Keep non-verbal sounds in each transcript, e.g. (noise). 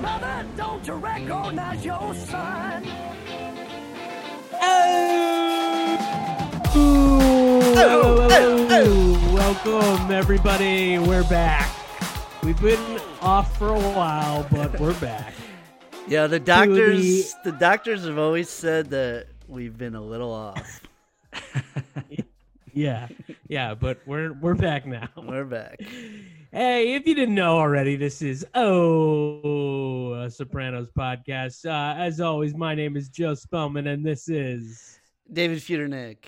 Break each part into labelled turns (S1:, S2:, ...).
S1: Mother, don't you recognize your son?
S2: Welcome, everybody. We're back. We've been off for a while, but we're back.
S3: Yeah, the doctors the... doctors have always said that we've been a little off.
S2: Yeah, yeah, but we're we're back now.
S3: We're back.
S2: Hey, if you didn't know already, this is Oh a Sopranos podcast. Uh, as always, my name is Joe Spellman, and this is
S3: David Futernick.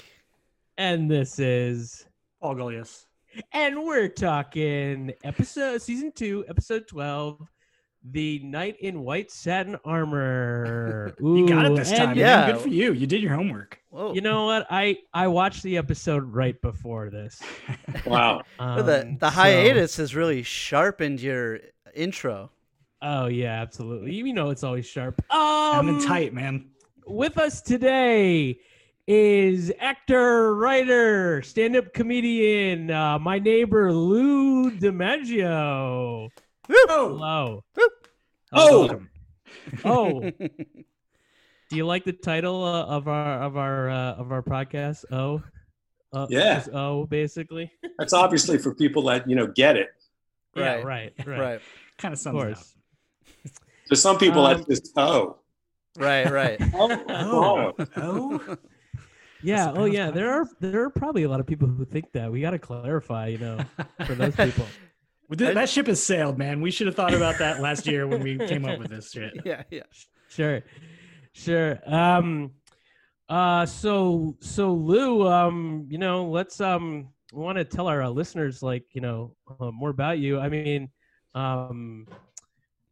S2: and this is
S4: Paul Gullius.
S2: and we're talking episode season two, episode twelve. The Knight in White Satin
S4: (laughs)
S2: Armor.
S4: You got
S2: Ooh,
S4: it this time.
S2: and-
S4: man.
S3: yeah.
S4: Good for you. You did your homework.
S3: Whoa.
S2: You know what? I I watched the episode right before
S3: (laughs)
S2: this.
S5: Wow.
S3: Well, the,
S2: Um,
S3: the
S2: so-
S3: hiatus has really sharpened your intro.
S2: oh yeah, absolutely. You know it's always sharp.
S4: I'm
S2: Um,
S4: in tight, man.
S2: With us today is actor, writer, stand-up comedian, uh, my neighbor Lou DiMaggio.
S4: Oh,
S2: Hello.
S3: Boop.
S2: Hello.
S4: welcome.
S2: Oh. Do you like the title uh, of our of our uh, of our podcast? Oh. Uh,
S5: Yeah.
S2: just Oh, basically.
S5: That's obviously for people that, you know, get it.
S2: Yeah,
S3: Right.
S2: right. Right.
S3: Right.
S4: kind of
S2: Of
S4: sums it up.
S2: course.
S5: There's some people
S2: Um,
S5: that just, oh.
S3: Right, right.
S4: Oh, oh,
S2: Yeah. Oh,
S4: Sopranos
S2: yeah. There are there are probably a lot of people who think that. We got to clarify, you know, (laughs) for
S3: (laughs)
S2: those people.
S4: Well,
S2: (laughs)
S4: th- that ship has sailed, man. We should have thought about that last year when we came up with this
S2: (laughs)
S4: shit.
S3: yeah, yeah.
S2: Sure, sure. Um, uh, so so Lou, um, you know, let's um, want to tell our uh, listeners like you know uh, more about you. I mean, um,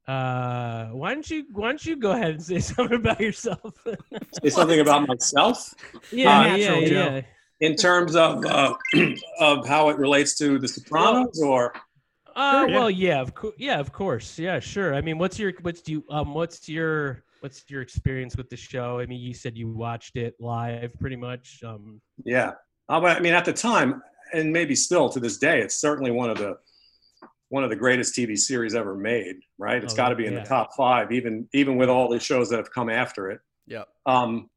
S2: uh, why don't you why don't you go ahead and say (laughs) something about yourself?
S5: Say something about myself
S2: yeah,
S4: Natural,
S2: yeah,
S4: Joe.
S2: yeah.
S5: in terms of uh, (clears throat) of how it relates to The Sopranos or
S2: Uh,
S4: Sure, yeah.
S2: well, yeah, of course, yeah, of course, yeah, sure. I mean, what's your what's do you um what's your what's your experience with the show? I mean, you said you watched it live, pretty much. Um,
S5: yeah. Uh, but I mean, at the time, and maybe still to this day, it's certainly one of the one of the greatest TV series ever made. Right? It's
S2: Oh,
S5: got to be in
S2: yeah.
S5: the top five, even even with all the shows that have come after it.
S3: Yep.
S5: Um,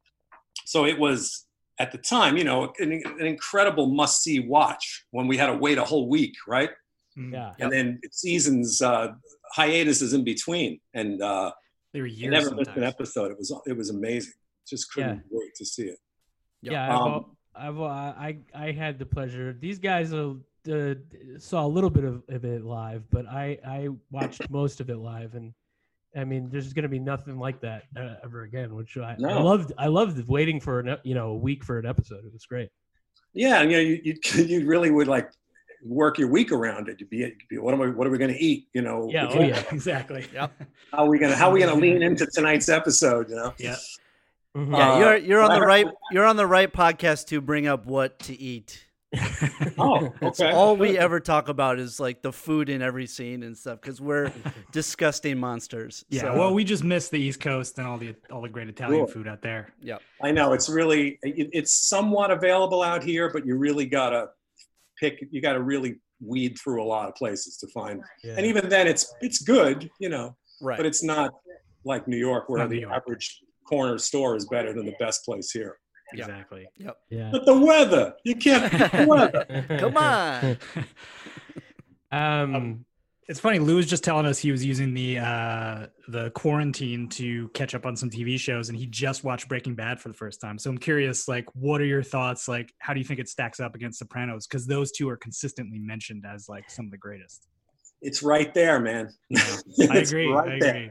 S5: so it was at the time, you know, an, an incredible must-see watch when we had to wait a whole week, right?
S4: Mm.
S2: yeah,
S5: And then seasons uh, hiatuses in between, and uh,
S4: They were
S5: I
S4: years.
S5: never missed an
S4: sometimes.
S5: episode. It was it was amazing. Just couldn't wait to see it.
S2: yeah. I've,
S5: Um,
S2: al- I've, uh, I I had the pleasure. These guys uh, uh, saw a little bit of, of it live, but I I watched most of it live, and I mean, there's going to be nothing like that uh, ever again. Which I, I
S5: No.
S2: loved. I loved waiting for an ep- you know a week for an episode. It was great.
S5: Yeah, and you know, you you, (laughs) you really would like work your week around it. You'd be, you'd be what am I? What are we going to eat? You know,
S2: Yeah,
S5: we
S2: oh,
S5: can't-
S2: yeah. (laughs)
S4: exactly.
S3: Yep.
S5: how are we going to how are we going to lean into tonight's episode? You know,
S4: (laughs) Yeah.
S2: Mhm.
S3: Yeah,
S5: Uh,
S3: you're you're on
S5: I
S3: the
S5: heard-
S3: right you're on the right podcast to bring up what to eat.
S5: Oh,
S3: That's
S5: okay.
S3: all we ever talk about is like the food in every scene and stuff because we're disgusting monsters.
S4: (laughs) Yeah.
S3: So-
S2: uh,
S4: well, we just missed the East Coast and all the all the great Italian
S5: Cool.
S4: food out there.
S5: I know it's really it, it's somewhat available out here, but you really gotta pick. You got to really weed through a lot of places to find.
S2: Yeah.
S5: And even then, it's it's good, you know,
S3: Right.
S5: but it's not like New York where
S4: Not
S5: the
S4: New York.
S5: average corner store is better than the best place here.
S3: Yeah.
S4: Exactly.
S2: yeah. (laughs)
S5: But the weather, you can't. beat The weather.
S3: (laughs) Come on.
S2: (laughs) Um,
S3: (laughs)
S4: It's funny. Lou was just telling us he was using the uh, the quarantine to catch up on some TV shows, and he just watched Breaking Bad for the first time. So I'm curious, like, what are your thoughts? Like, how do you think it stacks up against Sopranos? Because those two are consistently mentioned as like some of the greatest.
S5: It's right there, man. (laughs)
S4: I
S5: It's
S4: agree.
S5: right
S4: I
S5: there.
S4: agree.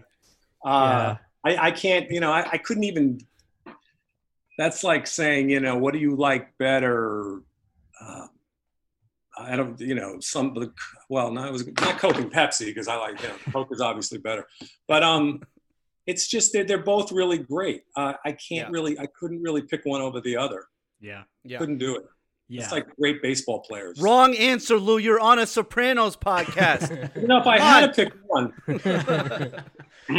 S5: Uh, I, I can't, you know, I, I couldn't even. That's like saying, you know, what do you like better? Uh, I don't, you know, some, of the- well, no, it was not Coke and Pepsi because I like, you know, Coke is obviously better. But um, it's just that they're both really great. Uh, I can't
S3: Yeah.
S5: really, I couldn't really pick one over the other.
S4: Yeah.
S3: Yeah.
S5: Couldn't do it.
S4: Yeah.
S5: It's like great baseball players.
S3: Wrong answer, Lou. You're on a Sopranos (laughs) podcast.
S5: You know, if I had to pick one,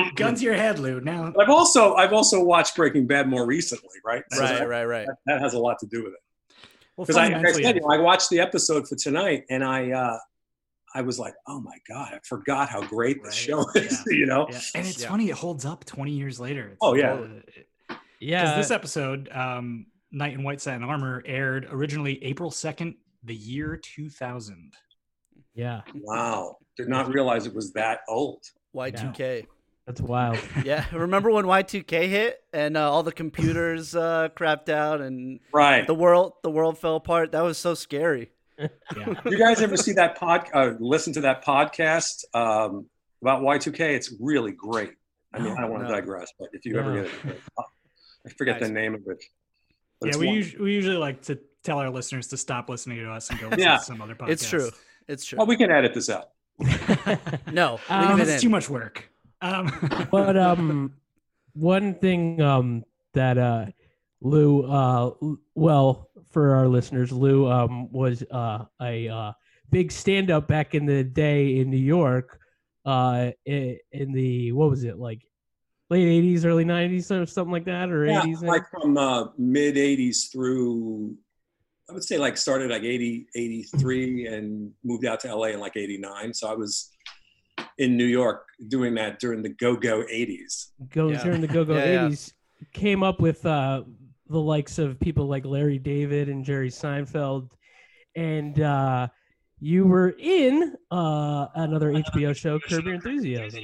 S5: (clears throat)
S4: Guns to your head, Lou. Now.
S5: I've also, I've also watched Breaking Bad more recently, right? So
S3: right,
S5: that-
S3: right, right.
S5: that has a lot to do with it.
S4: Well,
S5: because I, like I
S4: fundamentally,
S5: said, you know, I watched the episode for tonight, and I uh, I was like, oh my god, I forgot how great the
S4: Right.
S5: show is. (laughs) You know,
S4: yeah. and it's
S3: Yeah.
S4: funny. It holds up 20 years later. It's
S5: Oh,
S4: like,
S5: yeah.
S4: uh, Because
S2: (laughs) yeah.
S4: this episode, um, Knight in White Satin Armor, aired originally April 2nd, the year 2000.
S2: yeah.
S5: wow, did not realize it was that old.
S3: Y2K.
S2: That's
S5: (laughs)
S2: wild.
S3: Yeah. Remember when Y2K hit and uh, all the computers uh, crapped out and
S5: Right?
S3: the world the world fell apart? That was so scary.
S4: (laughs) Yeah.
S5: you guys ever see that pod? Uh, listen to that podcast um, about Y two K? It's really great. I mean, I don't want to
S3: No.
S5: digress, but if you ever
S2: No.
S5: get it, I forget the
S3: Nice.
S5: name of it. but
S4: yeah,
S5: it's
S4: we,
S5: one-
S4: usu- we usually like to tell our listeners to stop listening to us and go listen
S5: Yeah.
S4: to some other podcast.
S3: It's true. It's true.
S5: Oh, we can edit this out.
S3: no,
S2: Um,
S4: Oh,
S3: leave it
S4: that's
S3: in. uh,
S4: too much work. Um, (laughs)
S2: but um one thing um that uh lou uh l- well for our listeners lou um was uh a uh big stand-up back in the day in new york uh i- in the what was it like late 80s early 90s or something like that or
S5: Yeah,
S2: 80s
S5: like from uh, mid 80s through i would say like started like 80 83 and moved out to la in like 89 so i was in new york doing that during the go-go 80s
S2: go
S3: Yeah.
S2: during the go-go
S3: Yeah, yeah.
S2: 80s came up with uh, the likes of people like larry david and jerry seinfeld and uh, you were in uh, another hbo show curb your enthusiasm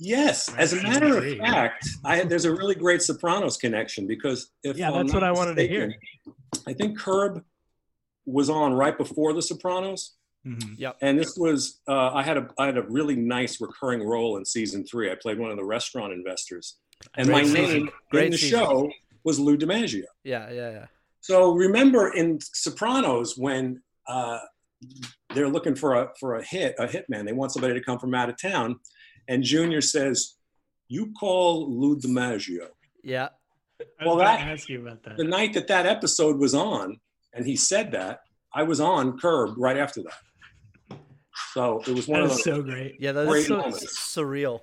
S5: yes as a
S4: Right,
S5: matter of
S4: 83.
S5: fact I, there's a really great sopranos connection because if
S2: yeah
S5: I'm
S2: that's
S5: not
S2: what i wanted to hear
S5: mistaken, i think curb was on right before the sopranos
S4: mhm.
S5: and this was uh, I had a I had a really nice recurring role in season three. I played one of the restaurant investors, and my
S3: Great season.
S5: name in
S3: Great
S5: the
S3: season.
S5: show was Lou DiMaggio.
S3: Yeah, yeah, yeah.
S5: So remember in Sopranos when uh, they're looking for a for a hit a hitman, they want somebody to come from out of town, and Junior says, "You call Lou DiMaggio."
S3: Yeah.
S4: I
S5: Well,
S4: was gonna
S5: that-
S4: ask you about
S5: The
S4: that.
S5: night that that episode was on, and he said that, I was on Curb right after that. So it was one
S4: That
S5: of
S4: is
S5: those.
S4: so great.
S3: Yeah, that's
S5: Great
S3: so
S5: moment.
S3: surreal.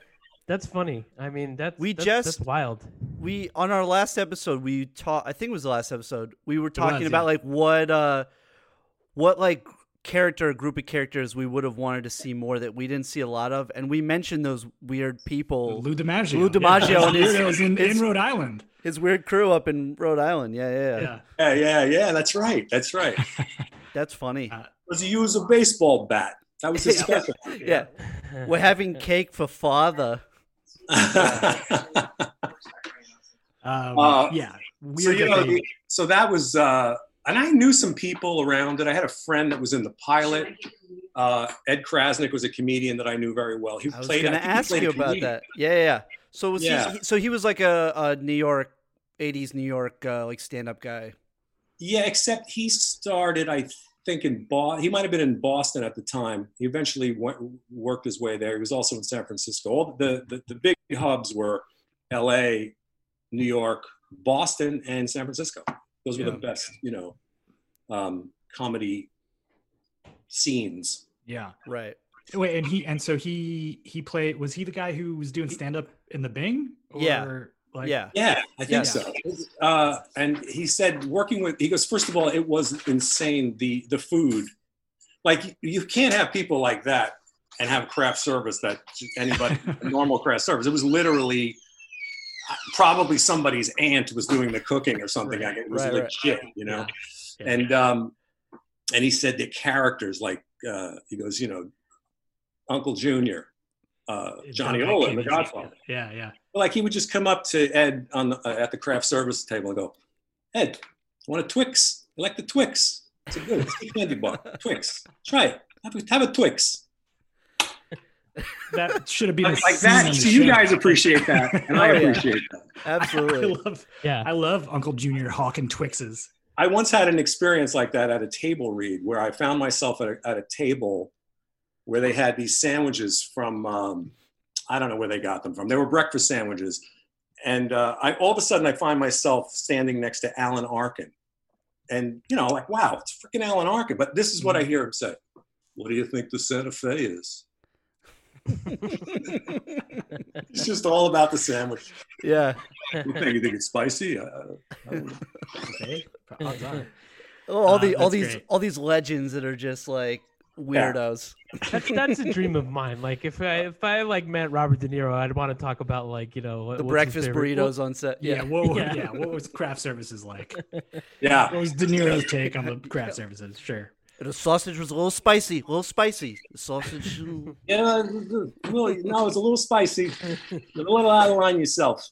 S2: that's funny i mean that's
S3: We
S2: that's, that's
S3: just-
S2: wild
S3: We on our last episode we talked I think it was the last episode. We were talking
S4: was,
S3: about
S4: yeah.
S3: like what uh what like character group of characters we would have wanted to see more that we didn't see a lot of and we mentioned those weird people
S4: Lou DiMaggio.
S3: Lou DiMaggio
S4: Yeah.
S3: and his-
S4: Weirdos in, in
S3: his-
S4: Rhode Island.
S3: his weird crew up in Rhode Island. Yeah, yeah, yeah.
S4: Yeah.
S5: yeah, yeah, yeah. That's right. That's right.
S3: That's funny.
S4: Uh,
S5: was he used a baseball bat. That was his
S3: (laughs) Yeah.
S5: special.
S3: yeah. We're having cake for father.
S4: Um,
S5: Uh,
S4: yeah. Weird
S5: so you
S4: that
S5: know,
S4: they-
S5: the- so that was, uh, and I knew some people around it. I had a friend that was in the pilot. Uh, Ed Krasnick was a comedian that I knew very well. He
S3: I was
S5: played.
S3: gonna
S5: I think he
S3: ask
S5: played a
S3: you about
S5: comedian.
S3: that. Yeah, yeah, yeah. So was
S5: Yeah.
S3: He, he- so he was like a, a New York '80s New York uh, like stand-up guy.
S5: Yeah, except he started, I think, in Boston. He might have been in Boston at the time. He eventually went, worked his way there. He was also in San Francisco. All the, the, the big hubs were LA, New York, Boston, and San Francisco. Those were the
S4: Yeah.
S5: best, you know, um, comedy scenes.
S4: yeah.
S3: Right.
S4: Wait, and he and so he he played. Was he the guy who was doing stand up in the Bing?
S3: Yeah.
S4: Or, Like,
S5: (laughs)
S3: yeah.
S5: Yeah, I think
S3: Yeah.
S5: so. Uh, and he said, working with, he goes, first of all, it was insane the the food like you can't have people like that and have craft service that
S3: (laughs)
S5: anybody normal craft service. It was literally probably somebody's aunt was doing the cooking or something. Like it was
S3: Right, right.
S5: legit, you know.
S4: Yeah.
S5: And um, and he said the characters like uh, he goes, you know, Uncle Junior, uh, Johnny
S4: John
S5: Olin, The
S4: Belushi.
S5: Godfather.
S4: Yeah, yeah.
S5: Like he would just come up to Ed on the, uh, at the craft service table and go, Ed, want a Twix? You like the Twix? It's a good it's a candy bar. Twix. Try it. Have a, have a Twix.
S4: That should have been
S5: like, like that. So you
S4: (laughs)
S5: guys appreciate that, and I
S3: Oh, yeah.
S5: appreciate that.
S4: I
S3: Absolutely.
S4: love,
S2: (laughs) Yeah.
S4: I love Uncle Junior hawking Twixes.
S5: I once had an experience like that at a table read where I found myself at a, at a table where they had these sandwiches from um, I don't know where they got them from. They were breakfast sandwiches, and uh, I all of a sudden I find myself standing next to Alan Arkin, and you know like wow, it's freaking Alan Arkin. But this is what I hear him say: "What do you think the Santa Fe is?" It's just all about the sandwich.
S3: yeah.
S5: You think, you think it's spicy? Uh,
S4: Okay. Odds are.
S3: Oh, all
S4: Uh,
S3: the all
S4: that's
S3: these
S4: great.
S3: all these legends that are just like weirdos.
S2: That's that's a dream of mine. Like if I if I like met Robert De Niro, I'd want to talk about like you know what-
S3: The
S2: what's his
S3: breakfast
S2: favorite-
S3: burritos on set.
S4: Yeah.
S3: Yeah.
S4: What, were-
S2: Yeah.
S4: yeah. What was craft services like? (laughs)
S5: yeah.
S4: What was De Niro's take on the craft services? Sure.
S3: The sausage was a little spicy. A little spicy. The
S4: (laughs)
S3: sausage ooh.
S5: (laughs) Yeah, really, no, it's a little spicy. You're a little out of line yourself.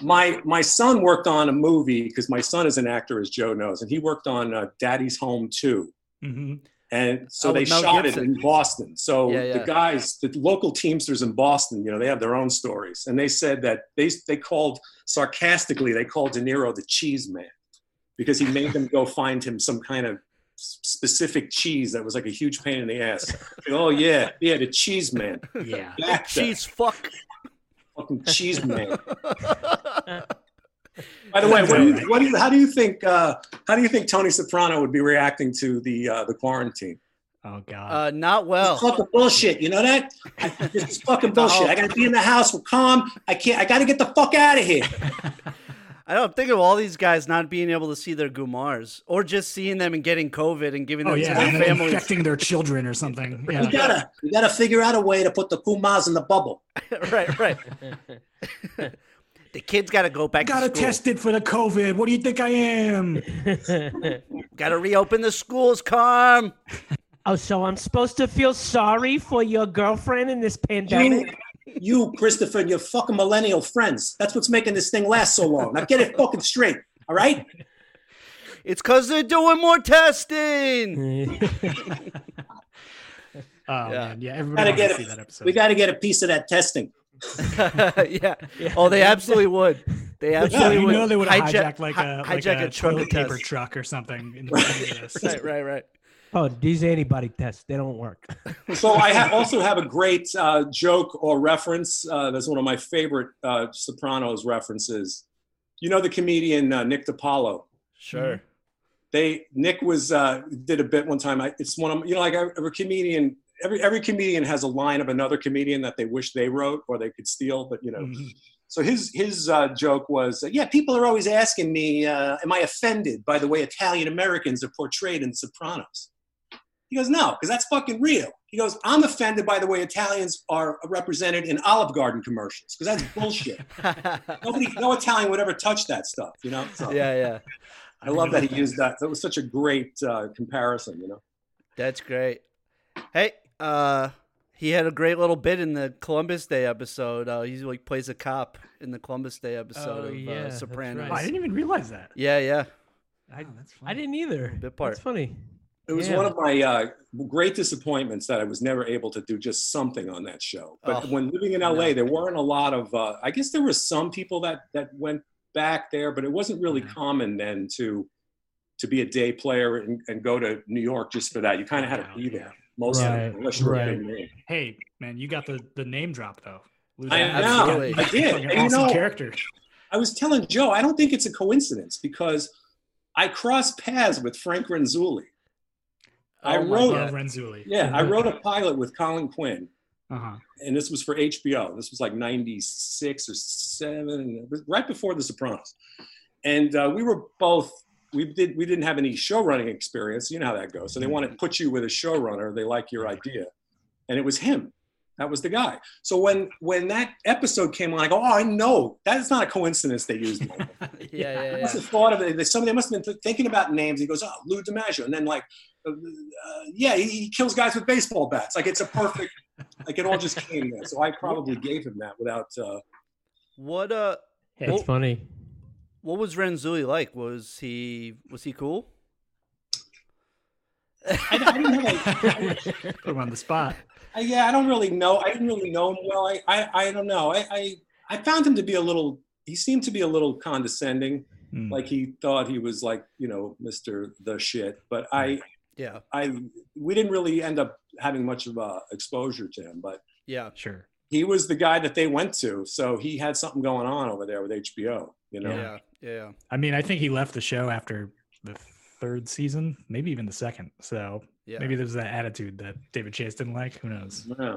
S5: My my son worked on a movie because my son is an actor, as Joe knows, and he worked on uh, Daddy's Home too.
S4: hmm
S5: And so
S3: Oh,
S5: they
S3: with Mel
S5: shot it
S3: Gibson.
S5: in Boston. So
S3: Yeah, yeah.
S5: the guys, the local Teamsters in Boston, you know, they have their own stories, and they said that they they called sarcastically they called De Niro the Cheese Man because he made them go find him some kind of s- specific cheese that was like a huge pain in the ass. oh yeah, yeah, the Cheese
S3: (laughs)
S5: Man. (laughs)
S4: Yeah.
S5: That
S3: cheese
S4: (laughs)
S3: fuck.
S5: fucking cheese
S3: (laughs)
S5: man.
S3: I
S5: By the way, what do
S4: Right.
S5: you, what do you, how do you think uh, how do you think Tony Soprano would be reacting to the uh, the quarantine?
S4: Oh God.
S3: Uh, not well.
S4: Oh.
S5: It's fucking bullshit. You know that? I, this is
S4: (laughs)
S5: fucking bullshit. I gotta be in the house. We're calm. I can't. I gotta get the fuck out of here.
S3: I don't think of all these guys not being able to see their Gumars or just seeing them and getting COVID and giving
S4: oh
S3: them
S4: yeah.
S3: to
S4: And
S3: their
S4: then
S3: families. (laughs)
S4: infecting their children or something. (laughs)
S5: We
S4: Yeah.
S5: gotta we gotta figure out a way to put the kumas in the bubble.
S3: right, right.
S4: (laughs)
S3: the kids got to go back
S4: Got to
S3: to school.
S4: test it for the COVID. What do you think I am?
S3: Got to reopen the schools, Carm.
S2: (laughs) oh, so I'm supposed to feel sorry for your girlfriend in this
S5: You,
S2: pandemic? (laughs)
S5: you, Christopher, and your fucking millennial friends. That's what's making this thing last so long. Now get it fucking straight. All
S4: (laughs)
S5: right?
S3: It's because they're doing more testing.
S4: Oh
S3: Yeah.
S4: man, yeah, everybody wants
S5: Gotta get
S4: to
S5: it.
S4: see that episode.
S5: We gotta get a piece of that testing.
S3: (laughs) yeah. Oh, they absolutely would. They
S4: yeah,
S3: absolutely
S4: you
S3: would.
S4: know they would have
S3: Hijack-
S4: hijacked like
S3: hi-
S4: a like
S3: hijack
S4: a,
S3: chocolate
S4: toilet paper
S3: test.
S4: truck or something. In the beginning of this.
S3: Right, right,
S4: (laughs)
S3: right.
S2: oh, these antibody tests they don't work. (laughs)
S5: So I ha- also have a great uh, joke or reference. Uh, that's one of my favorite uh, Sopranos references. You know the comedian uh, Nick DiPaolo.
S3: Sure.
S5: They Nick was uh, did a bit one time. I, it's one of you know like every comedian. Every every comedian has a line of another comedian that they wish they wrote or they could steal, but you know.
S4: Mhm.
S5: So his his uh, joke was, yeah, people are always asking me, uh, am I offended by the way Italian Americans are portrayed in Sopranos? He goes, no, because that's fucking real. He goes, I'm offended by the way Italians are represented in Olive Garden commercials because that's bullshit. Nobody, no Italian would ever touch that stuff, you know.
S3: (laughs)
S5: So
S3: yeah, yeah.
S5: I love that
S3: (laughs)
S5: he used that. That was such a great uh, comparison, you know.
S3: That's great. Hey, uh, he had a great little bit in the Columbus Day episode. Uh, he like plays a cop in the Columbus Day episode
S2: Oh,
S3: of
S2: yeah,
S3: uh,
S2: that's
S3: Sopranos.
S4: Oh, I didn't even realize that.
S3: Yeah, yeah.
S4: I, that's funny.
S2: I didn't either.
S3: Bit part.
S2: That's funny.
S5: It was
S2: Yeah.
S5: one of my uh, great disappointments that I was never able to do just something on that show. But
S3: Oh,
S5: when living in
S3: I know.
S5: LA, there weren't a lot of. Uh, I guess there were some people that that went back there, but it wasn't really
S4: Yeah.
S5: common then to to be a day player and, and go to New York just for that. You kind of had to
S4: Yeah,
S5: be there
S4: yeah.
S5: most of
S2: Right,
S5: the unless you were a
S2: right.
S5: big name.
S4: Hey, man, you got the the name drop though. Lou
S5: I
S4: Diamond.
S5: know.
S3: Absolutely.
S5: I did.
S4: Fucking
S5: And you
S4: awesome
S5: know,
S4: character.
S5: I was telling Joe, I don't think it's a coincidence because I crossed paths with Frank Renzulli. I
S3: Oh my
S5: wrote-
S4: Love
S3: God.
S4: Renzulli.
S5: Yeah, I wrote a pilot with Colin Quinn.
S4: Uh-huh.
S5: and this was for HBO. This was like 96 or 7, it was right before The Sopranos. And uh, we were both we did we didn't have any show running experience. You know how that goes. So they want to put you with a showrunner. They like your idea, and it was him. That was the guy. So when when that episode came on, I go, oh, I know that's not a coincidence they used. Him.
S3: yeah, yeah,
S5: I
S3: yeah.
S5: must have thought of it. Somebody must have been th- thinking about names. He goes, oh, Lou DiMaggio, and then like, uh, uh, yeah, he, he kills guys with baseball bats. Like it's a perfect. (laughs) like it all just came there. So I probably gave him that without. Uh,
S3: What uh,
S2: That's
S3: Well-
S2: funny.
S3: what was Renzulli like? Was he was he cool?
S5: I, I didn't have a,
S4: (laughs) Put him on the spot.
S5: I, yeah, I don't really know. I didn't really know him well. I, I, I don't know. I, I, I found him to be a little. He seemed to be a little condescending.
S4: Mm.
S5: Like he thought he was like you know Mister the shit. But I,
S3: Yeah,
S5: I, we didn't really end up having much of a exposure to him. But
S3: yeah.
S4: sure.
S5: he was the guy that they went to, so he had something going on over there with HBO. You know.
S3: Yeah, yeah.
S4: I mean, I think he left the show after the third season, maybe even the second. So
S3: Yeah.
S4: maybe there's that attitude that David Chase didn't like. Who knows?
S5: Yeah.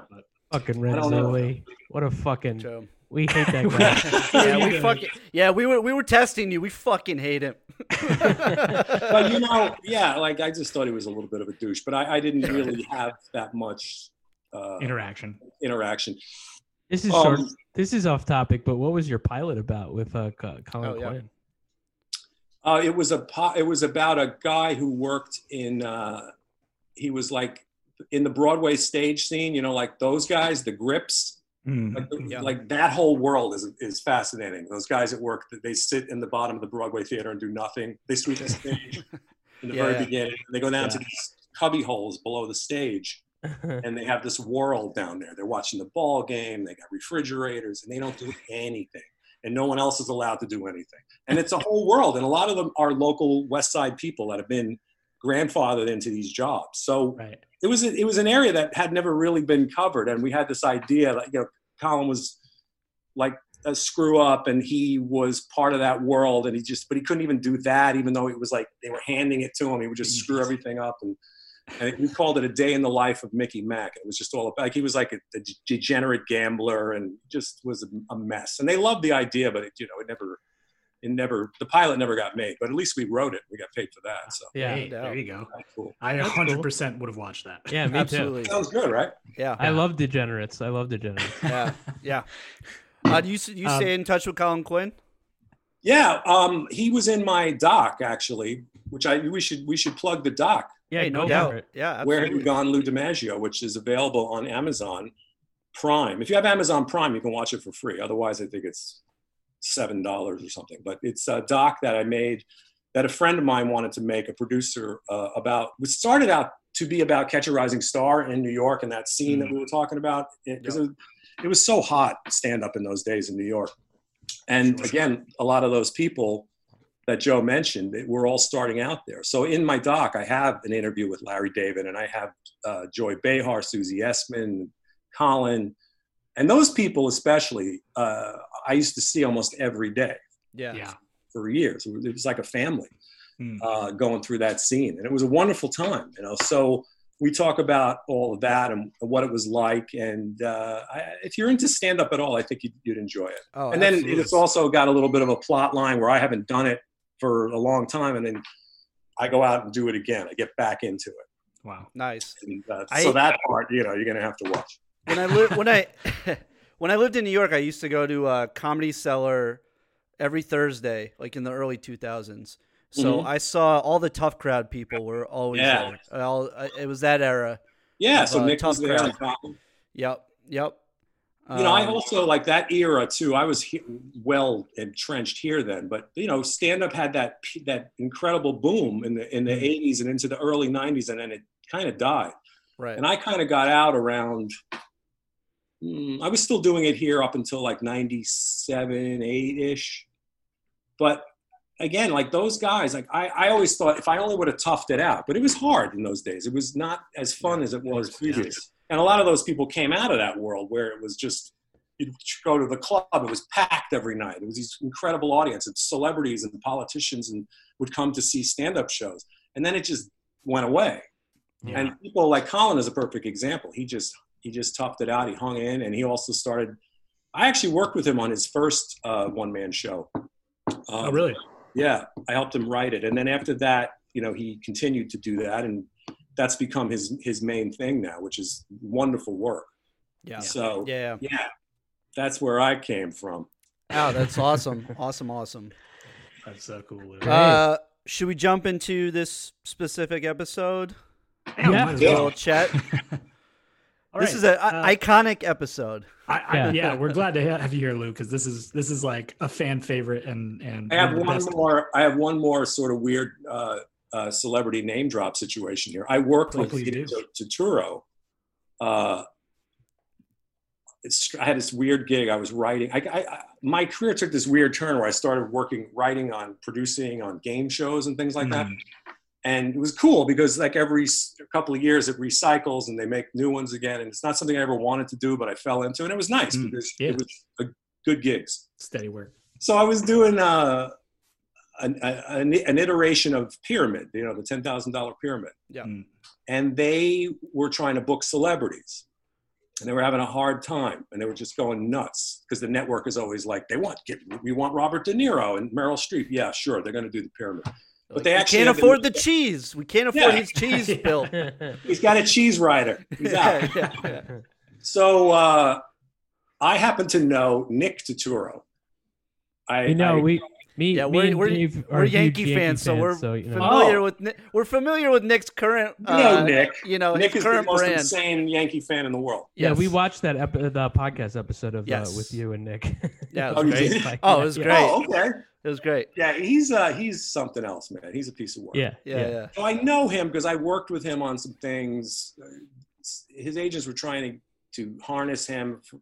S2: Fucking
S5: I don't know.
S2: Renzulli. What a fucking.
S3: Joe.
S2: We hate
S3: (laughs)
S2: that guy.
S3: Yeah,
S4: you
S3: we
S4: go.
S3: fucking yeah, we were we were testing you. We fucking hate him. (laughs)
S5: but you know, yeah, like I just thought he was a little bit of a douche, but I, I didn't really have that much uh,
S4: Interaction.
S5: interaction.
S2: this is
S5: Um,
S2: sort this is off topic, but what was your pilot about with uh, Co- Colin
S3: Oh, yeah.
S2: Quinn?
S5: Uh, it was a po- it was about a guy who worked in uh, he was like in the Broadway stage scene, you know, like those guys, the grips,
S4: Mm.
S5: like, the-
S3: Yeah.
S5: like that whole world is is fascinating. Those guys at work that they sit in the bottom of the Broadway theater and do nothing. They sweep
S3: (laughs)
S5: the stage in the
S3: Yeah,
S5: very
S3: yeah.
S5: beginning. They go down to
S4: Yeah.
S5: these cubby holes below the stage. and they have this world down there. They're watching the ball game. They got refrigerators, and they don't do anything, and no one else is allowed to do anything. And it's a whole world, and a lot of them are local West Side people that have been grandfathered into these jobs. So
S4: Right.
S5: it was it was an area that had never really been covered, and we had this idea that you know Colin was like a screw up, and he was part of that world, and he just but he couldn't even do that, even though it was like they were handing it to him. He would just screw everything up, and and we called it a day in the life of Mickey Mack. It was just all about like he was like a, a degenerate gambler, and just was a, a mess. And they loved the idea, but it, you know it never. It never, the pilot never got made, but at least we wrote it. We got paid for that. So,
S2: (laughs) yeah,
S4: Hey,
S3: no.
S4: there you go.
S5: that's cool.
S4: I
S2: That's
S4: 100% would have watched that.
S2: yeah, me too.
S3: Absolutely.
S5: Sounds good, right?
S3: Yeah.
S2: I love degenerates. I love degenerates.
S3: Yeah. Yeah. Uh, do you s- you
S4: Um,
S3: stay in touch with Colin Quinn?
S5: Yeah, um, he was in my doc actually, which I we should we should plug the doc.
S2: Yeah,
S3: hey, no
S2: go
S3: doubt.
S2: for it.
S3: Yeah. Absolutely.
S5: Where have you gone, Lou DiMaggio? Which is available on Amazon Prime. If you have Amazon Prime, you can watch it for free. Otherwise, I think it's seven dollars or something. But it's a doc that I made that a friend of mine wanted to make, a producer uh, about. It started out to be about Catch a Rising Star in New York and that scene that we were talking about. It, 'cause it was- it was so hot stand up in those days in New York. And again, a lot of those people that Joe mentioned that were all starting out there. So in my doc, I have an interview with Larry David and I have uh, Joy Behar, Susie Essman, Colin, and those people especially, uh, I used to see almost every day
S3: Yeah.
S4: Yeah.
S5: for years. It was- it was like a family
S4: Mm.
S5: uh, going through that scene, and it was a wonderful time. You know, so we talk about all of that and what it was like. And uh, I, if you're into stand up at all, I think you'd, you'd enjoy it.
S3: Oh,
S5: and then
S3: absolutely.
S5: it's also got a little bit of a plot line where I haven't done it for a long time, and then I go out and do it again. I get back into it.
S4: Wow.
S3: nice.
S5: And, uh,
S3: I-
S5: so that part, you know, you're gonna have to watch.
S3: When I lived when I (laughs) when I lived in New York, I used to go to a comedy cellar every Thursday, like in the early 2000s. So
S5: Mhm.
S3: I saw all the tough crowd people were always
S5: Yeah.
S3: there. All, I- it was that era.
S5: Yeah.
S3: Of,
S5: So
S3: uh,
S5: Nick was
S3: Tough
S5: there.
S3: Crowd.
S5: and Colin.
S3: Yep. Yep.
S5: you know, I
S3: Um,
S5: also like that era too. I was he- well entrenched here then, but you know, stand up had that p- that incredible boom in the in the 80s and into the early 90s and then it kind of died.
S3: right.
S5: And I kind of got out around mm, I was still doing it here up until like 97, 8-ish. But again, like those guys, like I, I always thought if I only would have toughed it out, but it was hard in those days. It was not as fun as it was previous. And a lot of those people came out of that world where it was just you'd go to the club, it was packed every night. It was these incredible audience and celebrities and politicians and would come to see stand-up shows. And then it just went away.
S4: Yeah.
S5: And um, people like Colin is a perfect example. He just he just toughed it out. He hung in, and he also started. I actually worked with him on his first uh, one man show. Um,
S4: oh, really?
S5: Yeah, I helped him write it, and then after that, you know, he continued to do that, and that's become his his main thing now, which is wonderful work.
S3: Yeah.
S5: So
S3: (laughs) Yeah.
S5: yeah, that's where I came from.
S3: Oh, that's awesome. awesome. Awesome.
S4: That's so cool. Lou.
S3: Uh, should we jump into this specific episode?
S4: Yeah,
S2: yeah.
S4: might as
S3: Little
S4: well.
S5: (laughs)
S3: chat.
S4: All
S3: this
S4: right.
S3: is an
S4: uh,
S3: iconic episode.
S4: I, I,
S2: Yeah.
S4: yeah. we're glad to ha- have you here, Lou, because this is this is like a fan favorite and and
S5: I have
S4: one of the
S5: one
S4: best.
S5: more. I have one more sort of weird uh, uh, celebrity name drop situation here. I worked
S4: Oh,
S5: with
S4: please
S5: Vito
S4: do.
S5: Totoro. Uh, it's, I had this weird gig. I was writing. I, I, I, my career took this weird turn where I started working, writing on producing on game shows and things like that.
S4: Mm.
S5: And it was cool because like every s- couple of years it recycles and they make new ones again. And it's not something I ever wanted to do, but I fell into, and it was nice
S4: Mm,
S5: because
S4: yeah.
S5: it was a good gigs
S4: steady work.
S5: so I was doing uh, an, a- an, an iteration of Pyramid, you know, the ten thousand dollar Pyramid,
S3: Yeah.
S4: Mm.
S5: and they were trying to book celebrities, and they were having a hard time, and they were just going nuts because the network is always like, they want, get, we want Robert De Niro and Meryl Streep. Yeah, sure, they're going to do the Pyramid, but they
S3: we
S5: actually
S3: can't
S5: had to-
S3: afford the cheese. We can't afford
S5: (laughs) Yeah.
S3: his cheese bill.
S5: He's got a cheese rider. He's out.
S3: (laughs) Yeah, yeah, yeah.
S5: So uh, I happen to know Nick Turturro. I
S2: (laughs) you know,
S5: I-
S2: we, me,
S3: Yeah,
S2: me
S3: we're-
S2: and
S3: we're-
S2: Dave are
S3: We're
S2: huge
S3: Yankee fans, so we're
S2: so, you know.
S3: familiar
S5: Oh.
S3: with Nick, we're familiar with Nick's current.
S5: You know
S3: uh,
S5: Nick.
S3: You know
S5: Nick
S3: his
S5: is the
S3: current
S5: most
S3: brand.
S5: insane Yankee fan in the world.
S2: Yeah, we
S3: Yes.
S2: watched that ep- the podcast episode of uh,
S3: Yes.
S2: with you and Nick. (laughs)
S3: Yeah, it
S5: Oh,
S3: was
S5: you
S3: great.
S5: did?
S2: Like,
S3: Oh, it was
S2: yeah,
S3: great.
S5: Oh, okay.
S3: It was great.
S5: Yeah, he's uh, he's something else, man. He's a piece of work.
S2: Yeah, yeah,
S3: Yeah,
S2: yeah.
S3: yeah.
S5: So I know him because I worked with him on some things. Uh, His agents were trying to, to harness him f-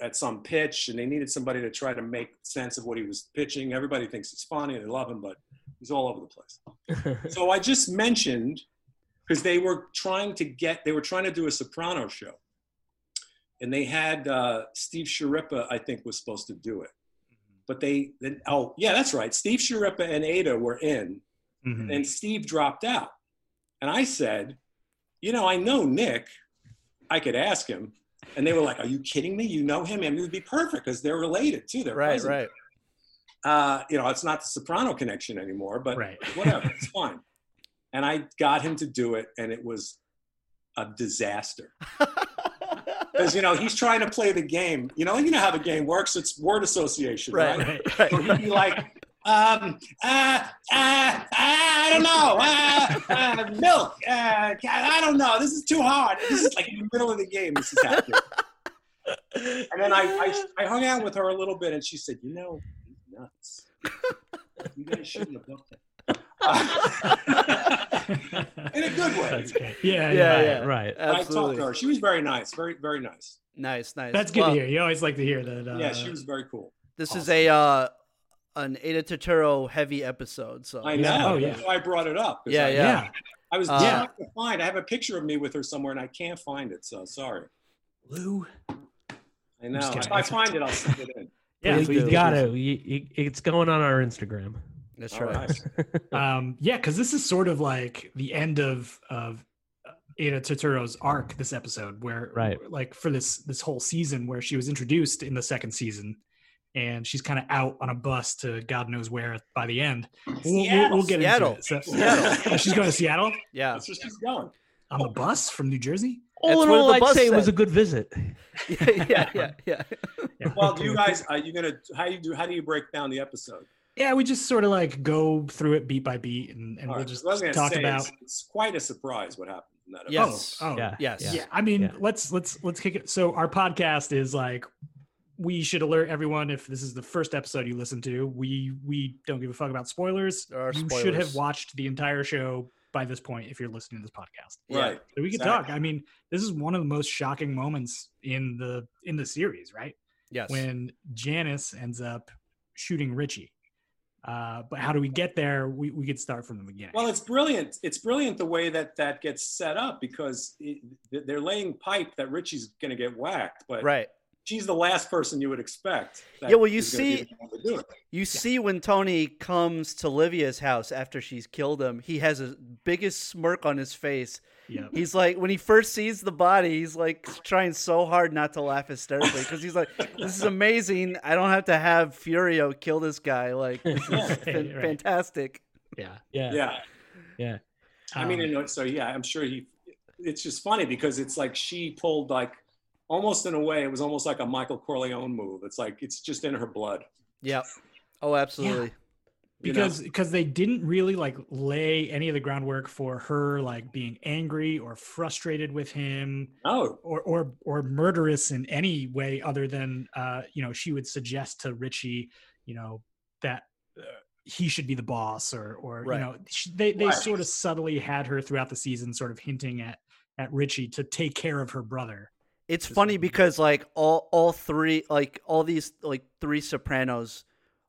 S5: at some pitch, and they needed somebody to try to make sense of what he was pitching. Everybody thinks it's funny; they love him, but he's all over the
S2: (laughs)
S5: place. so I just mentioned because they were trying to get they were trying to do a soprano show, and they had uh, Steve Sharippa, I think, was supposed to do it,
S3: Mm-hmm.
S5: but they then oh yeah, that's right. Steve Sharippa and Ada were in,
S3: Mm-hmm.
S4: Mhm.
S5: and Steve dropped out, and I said, you know, I know Nick, I could ask him. And they were like, "Are you kidding me? You know him? I mean, it would be perfect because they're related too. They're
S3: Right,
S5: cousins."
S3: right.
S5: Uh, you know, it's not the Soprano connection anymore, but
S4: Right.
S5: whatever, it's fine. And I got him to do it, and it was a disaster. Because you know, he's trying to play the game. You know, you know how the game works. It's word association, right?
S3: Right, right, right.
S5: So (laughs) he'd be like, um, uh, uh, I don't know, uh, uh, milk. Uh, I don't know. This is too hard. This is like in the middle of the game. This is happening. And then I, I, I hung out with her a little bit, and she said, "You know, he's nuts. You guys shouldn't have done that." (laughs) in a good way.
S4: That's great.
S3: Yeah,
S4: Yeah, yeah. yeah.
S3: yeah.
S2: right.
S5: But I talked to
S3: Absolutely.
S5: her. She was very nice. Very, very nice.
S3: Nice, nice.
S4: That's good
S3: Well,
S4: to hear. You always like to hear that. Uh,
S5: yeah, she was very cool.
S3: This is a uh, an Ada Totoro heavy episode. So
S5: I
S4: Yeah.
S5: know.
S4: Oh, yeah.
S5: That's why I brought it up. 'cause
S3: Yeah,
S5: I,
S3: yeah.
S4: yeah.
S5: I was
S3: Uh,
S5: trying to find. I have a picture of me with her somewhere, and I can't find it. So sorry.
S4: Lou.
S5: I know.
S4: just
S5: If
S4: kidding.
S5: I find it, I'll send it
S4: (laughs)
S5: in.
S4: Yeah,
S2: you
S4: please do.
S2: got it. You- you- It's going on our Instagram.
S3: That's
S5: All
S3: right.
S5: right.
S4: um yeah because this is sort of like the end of of ada Totoro's arc this episode where
S2: Right.
S4: like for this this whole season where she was introduced in the second season and she's kind of out on a bus to god knows where by the end We'll- we'll, we'll
S5: Seattle.
S4: get
S3: Seattle.
S4: into it so,
S3: Seattle.
S4: (laughs) Oh, she's going to seattle
S3: (laughs) Yeah.
S5: That's where she's going.
S4: on the bus from new jersey
S2: All
S3: That's
S2: in
S3: what
S2: all,
S3: the
S2: I'd
S3: bus
S2: say it was a
S3: said.
S2: good visit.
S3: (laughs) yeah,
S5: (laughs)
S3: yeah, yeah, yeah.
S4: yeah.
S2: (laughs)
S5: Well, do you guys, are you gonna? How you do? How do you break down the episode?
S4: yeah we just sort of like go through it beat by beat and, and
S5: All
S4: we'll
S5: right,
S4: just
S5: so I was gonna
S4: talk
S5: say,
S4: about
S5: It's, it's quite a surprise what happened in that episode.
S3: Yeah.
S4: oh,
S3: Yes.
S4: oh
S2: Yeah.
S3: Yes.
S4: yeah,
S3: Yeah.
S4: i mean
S2: Yeah.
S4: let's let's let's kick it so our podcast is like we should alert everyone if this is the first episode you listen to we we don't give a fuck about spoilers
S3: There are
S4: you should have
S3: spoilers.
S4: watched the entire show by this point if you're listening to this podcast
S5: Right.
S4: so we could
S5: Exactly.
S4: talk i mean this is one of the most shocking moments in the in the series right
S3: Yes.
S4: when janice ends up shooting richie uh, but how do we get there we, we could start from the beginning
S5: Well, it's brilliant. It's brilliant the way that that gets set up because it, they're laying pipe that Richie's gonna get whacked, but
S3: right.
S5: she's the last person you would expect. that
S3: Yeah, well, you
S5: is gonna be
S3: see-
S5: the one to do it.
S3: You see when Tony comes to Livia's house after she's killed him, he has a biggest smirk on his face.
S4: Yeah.
S3: He's like when he first sees the body, he's like trying so hard not to laugh hysterically because he's like, "This is amazing! I don't have to have Furio kill this guy. Like,
S4: (laughs)
S3: this is
S4: Right,
S3: fan-
S4: right.
S3: fantastic."
S4: Yeah. Um,
S2: yeah, yeah,
S5: Yeah, I mean, you know, so yeah, I'm sure he. It's just funny because it's like she pulled like almost in a way it was almost like a Michael Corleone move. It's like it's just in her blood.
S3: Yep. Oh, absolutely.
S5: you know?
S4: because because they didn't really like lay any of the groundwork for her like being angry or frustrated with him
S5: Oh,
S4: or or or murderous in any way other than uh you know she would suggest to Richie you know that uh, he should be the boss or or
S3: Right.
S4: you know sh they they
S5: Right.
S4: sort of subtly had her throughout the season sort of hinting at at Richie to take care of her brother
S3: It's
S4: Just
S3: funny
S4: like-
S3: because like all all three like all these like three Sopranos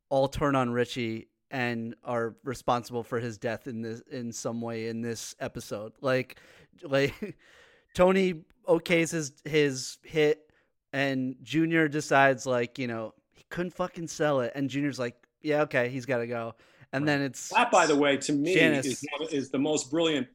S3: all turn on Richie and are responsible for his death in this in some way in this episode. Like (laughs) like Tony okays his his hit and Junior decides like, you know, he couldn't fucking sell it and Junior's like, yeah, okay, he's got to go. And then it's
S5: that by the way, to me
S3: Janice.
S5: is one- is the most brilliant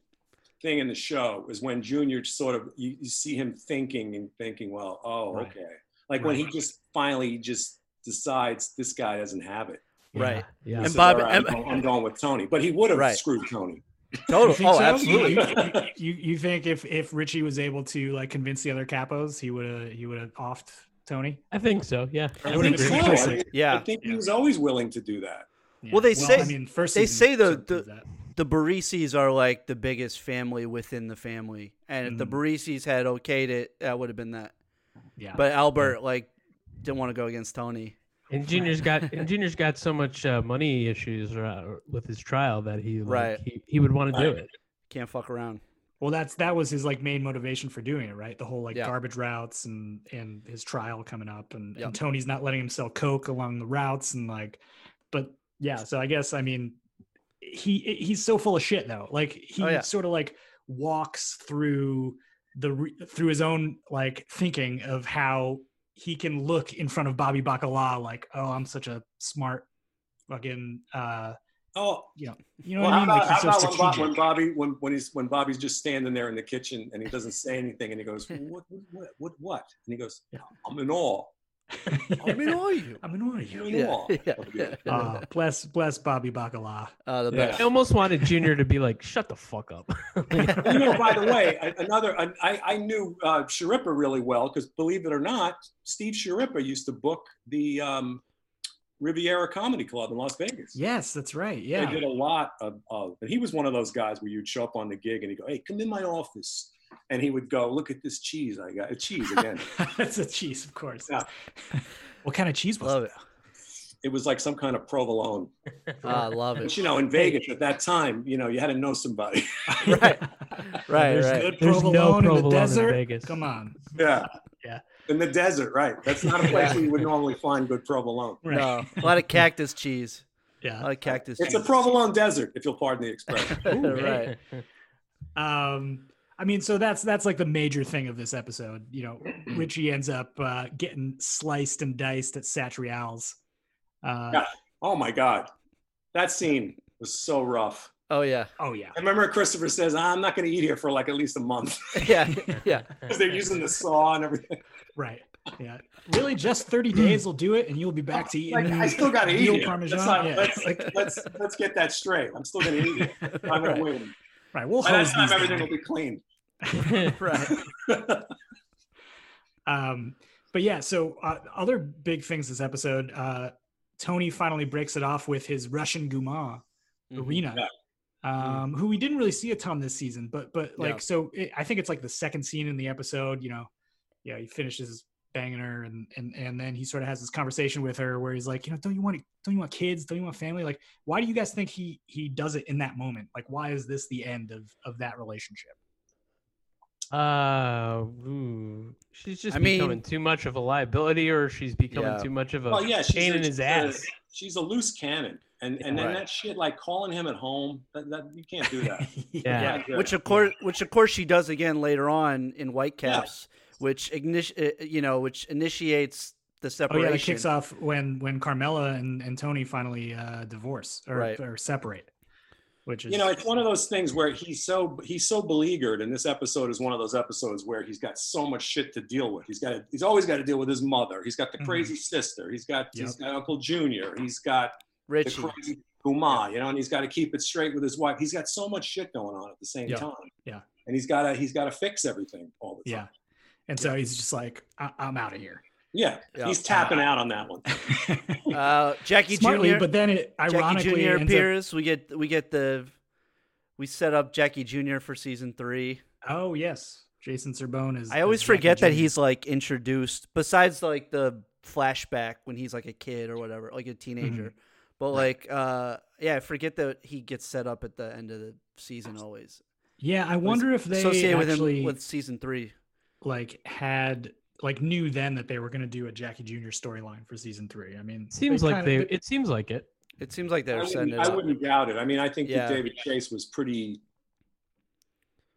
S5: thing in the show is when Junior sort of you, you see him thinking and thinking, well, oh,
S4: Right.
S5: okay, like when he
S4: Right.
S5: just finally just decides this guy doesn't have it.
S3: Right.
S2: yeah.
S5: This
S3: And
S5: is,
S3: Bob-
S5: all right, I'm, going, I'm going with Tony, but he would have
S3: Right.
S5: screwed Tony. (laughs)
S3: total.
S4: You think
S3: Oh,
S4: so?
S3: absolutely.
S4: You, you, you- you think if if Richie was able to like convince the other capos, he would have he would have offed Tony.
S2: I think so. Yeah,
S4: I
S5: I
S4: would
S5: think
S4: agree.
S5: so.
S4: Pretty
S5: I (laughs)
S4: sick.
S5: mean, I
S3: Yeah.
S5: think he
S4: Yeah.
S5: was always willing to do that.
S4: Yeah.
S3: Well, they say-
S4: I mean, first
S3: they
S4: season
S3: say the-
S4: sort of
S3: the-
S4: proves that.
S3: the Barisis are like the biggest family within the family. And if the
S4: Mhm.
S3: Barisis had okayed it, that would have been that.
S4: yeah,
S3: But Albert like didn't want to go against Tony.
S2: and Junior's got and Junior's got so much uh, money issues uh, with his trial that he like,
S3: Right.
S2: he, he would want to do
S5: Right.
S2: it.
S3: Can't fuck around.
S4: well, that's that was his like main motivation for doing it, right? The whole like
S3: Yeah.
S4: garbage routes and and his trial coming up, and,
S3: Yep.
S4: and Tony's not letting him sell coke along the routes, and like, but yeah. So I guess I mean, he he's so full of shit though. Like he
S3: Oh, yeah.
S4: sort of like walks through the re- through his own like thinking of how he can look in front of Bobby Bacala like, oh, I'm such a smart fucking uh
S5: Oh,
S4: you know
S5: well,
S4: what I
S5: how
S4: mean?
S5: about,
S4: like
S5: how about when, Bob, when Bobby when, when he's when Bobby's just standing there in the kitchen and he doesn't say anything and he goes what what what what, what? and he goes
S4: Yeah.
S5: I'm in awe (laughs)
S3: I mean, are you?
S4: I'm an
S5: I'm
S4: Oreo.
S5: in
S3: Yeah,
S5: awe
S3: (laughs) yeah,
S5: of (laughs) you."
S3: yeah.
S4: Uh, bless, bless Bobby Bacala.
S3: (laughs) Uh, the
S5: Yeah.
S3: best.
S2: I almost wanted Junior to be like, "Shut the fuck up."
S5: you know by the way a- another an- I I knew uh, Sharippa really well because believe it or not Steve Sharippa used to book the um, Riviera Comedy Club in Las Vegas.
S4: Yes, that's right.
S5: They
S4: Yeah.
S5: did a lot of, of, and he was one of those guys where you'd show up on the gig and he'd go, "Hey, come in my office," and he would go, "Look at this cheese I got, cheese again."
S4: (laughs) (laughs) that's a cheese, of course.
S5: Yeah.
S4: (laughs) what kind of cheese was
S5: (laughs)
S3: Love it.
S5: it was like some kind of provolone.
S3: Ah, love
S5: But
S3: it.
S5: you know, in Vegas at that time, you know, you had to know somebody. (laughs)
S4: it?
S3: (laughs) Right,
S4: (laughs)
S3: right,
S4: There's
S3: right.
S4: good
S2: There's (laughs) no
S4: provolone, in the
S2: provolone in
S4: desert.
S2: Vegas. (laughs)
S4: Come on.
S5: yeah.
S4: Yeah.
S5: In the desert, right. That's not a place where you would normally find good provolone.
S4: Right. (laughs)
S3: No, a lot of cactus cheese. A
S4: Yeah. (laughs)
S3: lot of cactus
S5: It's a
S3: cheese.
S5: provolone desert, if you'll pardon the expression.
S4: Ooh, hey.
S3: (laughs) right.
S4: um i mean so that's that's like the major thing of this episode you
S5: (clears throat)
S4: know richie ends up uh getting sliced and diced at satrial's uh
S5: Yeah. Oh my God. That scene was so rough.
S3: Oh yeah, (laughs)
S4: oh yeah
S5: I remember Christopher says, "Ah, I'm not going to eat here for like at least a month (laughs)
S3: yeah,
S4: (laughs)
S3: yeah.
S5: because they're using the saw and everything.
S4: right yeah really just
S5: (clears throat)
S4: 30 days will do it and you'll be back to eating
S5: Like, I still got
S4: (laughs)
S5: to eat
S4: veal
S5: here.
S4: parmesan
S5: Let's, not-
S4: yeah.
S5: let's,
S4: like, (laughs)
S5: (laughs) let's, let's get that straight. I'm still going to eat it. I'm going
S3: Right.
S5: to win.
S4: right we'll
S5: By that
S4: hose
S5: time,
S4: these
S5: everything
S4: down.
S5: will be clean.
S3: (laughs)
S2: (laughs)
S3: Right.
S4: um but yeah so uh, other big things this episode uh tony finally breaks it off with his russian guma
S3: Mm-hmm.
S4: arena
S5: Yeah.
S4: um who we didn't really see a ton this season but but like
S3: Yeah.
S4: so it, i think it's like the second scene in the episode you know yeah he finishes banging her and and and then he sort of has this conversation with her where he's like you know don't you want don't you want kids don't you want family like why do you guys think he he does it in that moment like why is this the end of of that
S3: (laughs)
S4: relationship
S2: Uh, ooh. she's just
S3: I mean-
S2: becoming too much of a liability, or she's becoming
S3: Yeah.
S2: too much of a
S5: Well, yeah, she's
S2: pain
S5: a-
S2: in his
S5: she's a-
S2: ass.
S5: she's a loose cannon, and and then
S3: Right.
S5: that shit like calling him at home. That, that you
S4: (laughs)
S5: can't do that.
S4: Oh,
S2: Yeah.
S5: Yeah.
S3: Which of course, which of course, she does again later on in Whitecaps, which ignition, you know, which initiates the
S4: Oh
S3: separation.
S4: yeah, it kicks off when when Carmela and, and Tony finally uh, divorce or,
S3: Right.
S4: or separate, which is
S5: you know it's one of those things where he's so he's so beleaguered and this episode is one of those episodes where he's got so much shit to deal with he's got to, he's always got to deal with his mother he's got the
S4: Mhm.
S5: crazy sister he's got he's
S4: Yep.
S5: got uncle junior he's got the
S3: Richie.
S5: crazy Guma, you know and he's got to keep it straight with his wife he's got so much shit going on at the same
S4: Yeah.
S5: time
S4: Yeah.
S5: and he's got to he's got to fix everything all the
S4: yeah,
S5: time
S4: and so he's just like I- I'm out of here,
S5: yeah,
S3: Yeah.
S5: he's tapping out on that one
S3: (laughs) Uh, Jackie
S4: smartly.
S3: Jr.
S4: But then it
S3: Jackie
S4: ironically
S3: Jr.
S4: ends up-
S3: appears. We get we get the we set up Jackie Jr. for season three.
S4: oh yes, Jason Serbone is.
S3: I always
S4: is Jackie
S3: forget that
S4: Jr..
S3: he's like introduced. Besides like the flashback when he's like a kid or whatever, like a teenager.
S4: Mm-hmm.
S3: But like, uh, yeah, I forget that he gets set up at the end of the season always.
S4: Yeah, I wonder if they
S3: Associated with
S4: actually
S3: him with season three.
S4: like had like knew then that they were going to do a Jackie Jr. storyline for season three. I mean,
S2: Seems like
S4: kinda-
S2: they. It seems like it.
S3: It seems like
S5: I
S3: they're
S5: wouldn't,
S3: sending.
S5: I wouldn't doubt it. I mean, I think
S3: Yeah.
S5: that David Chase was pretty,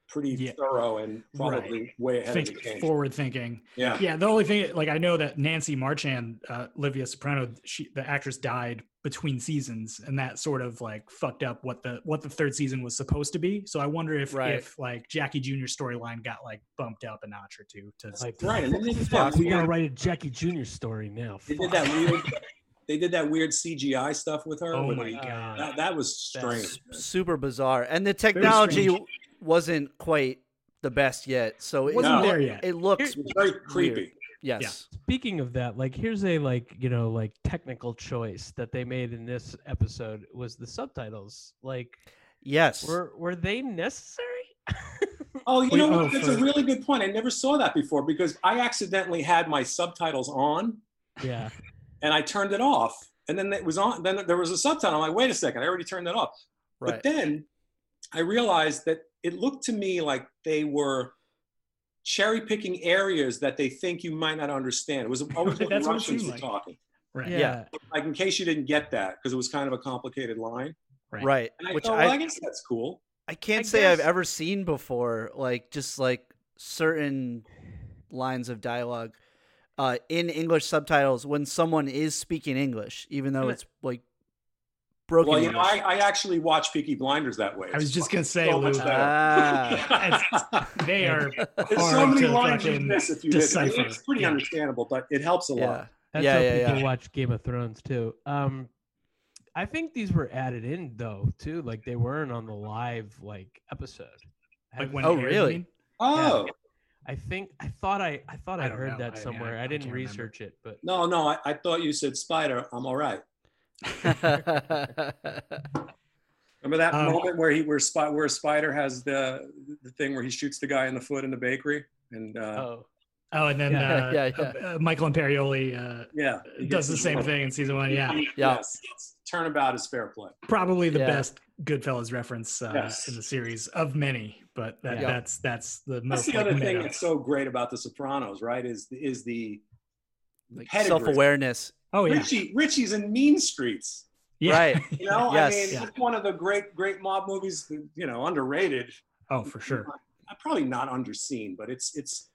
S5: pretty
S4: Yeah.
S5: thorough and
S4: Right.
S5: probably way ahead of the
S4: think
S5: game.
S4: forward thinking.
S5: yeah.
S4: Yeah, the only thing like I know that Nancy Marchand, uh, Livia Soprano, she the actress died between seasons, and that sort of like fucked up what the what the third season was supposed to be. So I wonder if
S3: Right.
S4: if like Jackie Jr. storyline got like bumped up a notch or two to
S2: Like,
S5: right. And then they did that
S2: fuck, we gotta
S5: weird,
S2: write a Jackie Jr. story now.
S5: they
S2: Fuck.
S5: did that weird, they did that weird CGI stuff with her.
S4: Oh
S5: where
S4: my
S5: they-
S4: god.
S5: uh, that, that was strange.
S3: S- super bizarre, and the
S4: strange.
S3: technology wasn't quite the best yet. So it
S4: Wasn't
S5: No.
S4: there yet.
S3: It
S5: It
S3: looks
S5: was very creepy.
S3: yes.
S2: Speaking of that, like here's a like you know like technical choice that they made in this episode was the subtitles. Like
S3: Yes.
S2: were were they necessary? (laughs)
S5: Oh, you
S4: We-
S5: know
S4: oh,
S5: what? That's a
S4: for-
S5: really good point. I never saw that before because I accidentally had my subtitles on
S2: yeah.
S5: and I turned it off. And then it was on. Then there was a subtitle. I'm like, wait a second, I already turned that off.
S3: right.
S5: But then I realized that it looked to me like they were cherry picking areas that they think you might not understand.
S4: (laughs)
S5: It was always what the
S4: That's what it
S5: Russians
S4: seemed
S5: were
S4: like.
S5: talking.
S4: Right.
S2: yeah.
S5: Like in case you didn't get that, because it was kind of a complicated line.
S4: Right.
S3: right.
S5: And I
S3: Which
S5: thought,
S3: I,
S5: well, I guess that's cool.
S3: I can't
S2: I
S3: say I've
S2: guess-
S3: ever seen before, like just like certain lines of dialogue uh, in English subtitles when someone is speaking English, even though
S4: Hmm.
S2: Yeah.
S3: it's like broken.
S5: Well, you know, I,
S3: English.
S5: I actually watch Peaky Blinders that way.
S4: I was
S5: It's
S4: just uh, gonna say,
S5: so much
S4: Lou,
S5: better.
S3: Ah,
S4: they are
S5: There's so
S4: hard
S5: many
S4: to
S5: lines you
S4: fucking
S5: miss if you didn't. I mean,
S4: decipher.
S5: It's pretty
S4: Yeah.
S5: understandable, but it helps (laughs) a
S3: yeah,
S5: lot.
S2: That's
S3: Yeah,
S2: how
S3: yeah,
S2: people
S3: yeah.
S2: watch Game of Thrones too. Um, I think these were added in though too. Like they weren't on the live like episode. I
S4: like
S2: haven't-
S4: when
S3: Oh,
S4: it aired, you
S3: really?
S4: mean?
S5: Oh
S2: I think I thought I I thought
S4: I
S2: I,
S4: don't
S2: heard
S4: know. I
S2: that
S4: mean,
S2: somewhere.
S4: I-
S2: I,
S4: I
S2: didn't
S4: can't remember.
S2: research it, but
S5: no, no! I, I thought you said spider. I'm all right. Remember that
S4: Um,
S5: moment where he where spot where Spider has the the thing where he shoots the guy in the foot in the bakery and uh,
S2: oh,
S4: Oh, and then
S2: Yeah,
S4: uh,
S3: yeah,
S4: uh, uh, Michael Imperioli uh,
S5: yeah he
S4: does
S5: gets
S4: the
S5: his
S4: same
S5: moment.
S4: thing in season one. Yeah,
S3: Yeah.
S5: Yes. Turnabout is fair play.
S4: probably the
S3: Yeah.
S4: best Goodfellas reference uh,
S5: Yes.
S4: in the series of many, but that,
S3: Yeah.
S4: that's that's the
S5: That's
S4: most.
S5: the
S4: like,
S5: other thing
S4: meta.
S5: that's so great about The Sopranos, right? Is is the
S3: (laughs) like
S5: pedigree.
S3: self-awareness.
S4: Oh yeah,
S5: Richie Richie's in Mean Streets.
S4: yeah.
S3: Right.
S5: You know, I
S3: Yes.
S5: mean, it's one of the great great mob movies. You know, underrated.
S4: Oh, for sure.
S5: Uh, Probably not underseen, but it's it's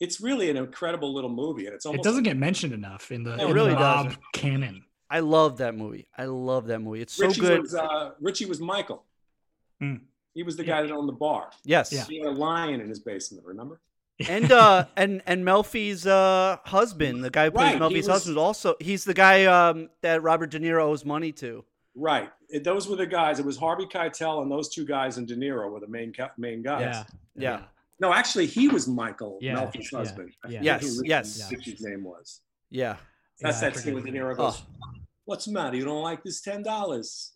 S5: it's really an incredible little movie, and it's almost
S4: It doesn't get mentioned enough in the,
S5: It
S4: in the
S3: really
S4: mob
S3: doesn't.
S4: canon.
S3: I love that movie. I love that movie. It's so
S5: Richie
S3: good.
S5: Was, uh, Richie was Michael.
S4: Hmm.
S5: He was the
S4: Yeah.
S5: guy that owned the bar.
S3: yes.
S4: Yeah.
S5: He had a lion in his basement, remember?
S3: and
S5: (laughs)
S3: uh and and Melfi's uh husband, the guy who plays
S5: Right,
S3: Melfi's
S5: he was-
S3: husband, also he's the guy um that Robert De Niro owes money to.
S5: Right. It- those were the guys. It was Harvey Keitel and those two guys and De Niro were the main ca- main guys.
S2: yeah,
S3: Yeah.
S5: No, actually, he was Michael,
S2: Yeah,
S5: Melfi's
S2: yeah,
S5: husband. I
S2: yeah.
S5: forget
S3: Yes,
S5: who Richie-
S3: yes.
S5: Richie's name was.
S3: Yeah.
S5: That's
S2: Yeah, I
S5: that scene with De
S2: forget
S5: Niro
S2: his
S5: goes, what's the matter? You don't like this $10?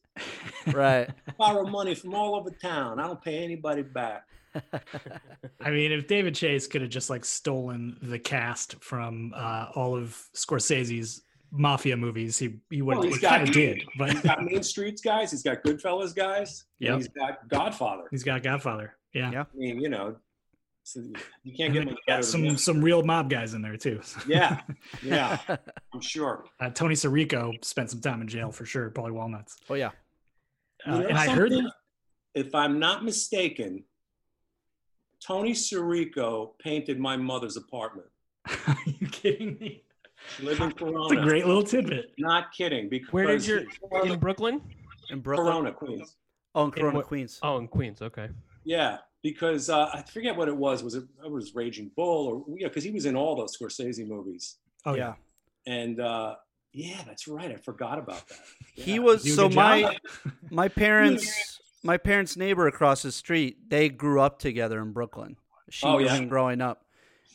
S3: Right.
S5: Borrow money from all over town. I don't pay anybody back.
S4: I mean, if David Chase could have just like stolen the cast from uh, all of Scorsese's mafia movies, he he would
S5: Well,
S4: well,
S5: he's got-
S4: kind of did, but
S5: He's got Main Streets guys. He's got Goodfellas guys. and
S4: Yep.
S5: He's got Godfather.
S4: (laughs) he's got Godfather. Yeah.
S3: Yeah.
S5: I mean, you know, so you can't
S4: And
S5: get
S4: they
S5: much
S4: got
S5: better
S4: some
S5: than that.
S4: some real mob guys in there too.
S5: Yeah, yeah,
S4: (laughs)
S5: I'm sure.
S4: Uh, Tony Sirico spent some time in jail for sure. Probably walnuts.
S3: (laughs) oh yeah.
S4: Uh,
S5: You know
S4: and I heard
S5: something? if I'm not mistaken, Tony Sirico painted my mother's apartment.
S4: Are you kidding me?
S5: She lived in Corona.
S4: It's a great little tidbit.
S5: Not kidding. Because
S2: Where did your in Brooklyn?
S3: in Brooklyn.
S5: Corona, Queens?
S3: Oh, in Corona,
S2: what-
S3: Queens.
S2: Oh, in Queens. Okay.
S5: Yeah, because uh, I forget what it was. Was it, it was Raging Bull or yeah? Because he was in all those Scorsese movies.
S4: Oh
S3: yeah.
S5: And uh, yeah, that's right. I forgot
S2: (laughs)
S5: about that.
S3: He
S5: Yeah.
S3: was
S4: You
S3: so
S4: good
S3: my
S5: (laughs)
S4: job?
S3: my parents my parents' neighbor across the street, they grew up together in Brooklyn. She
S5: Oh,
S3: was
S5: yeah.
S3: in growing up.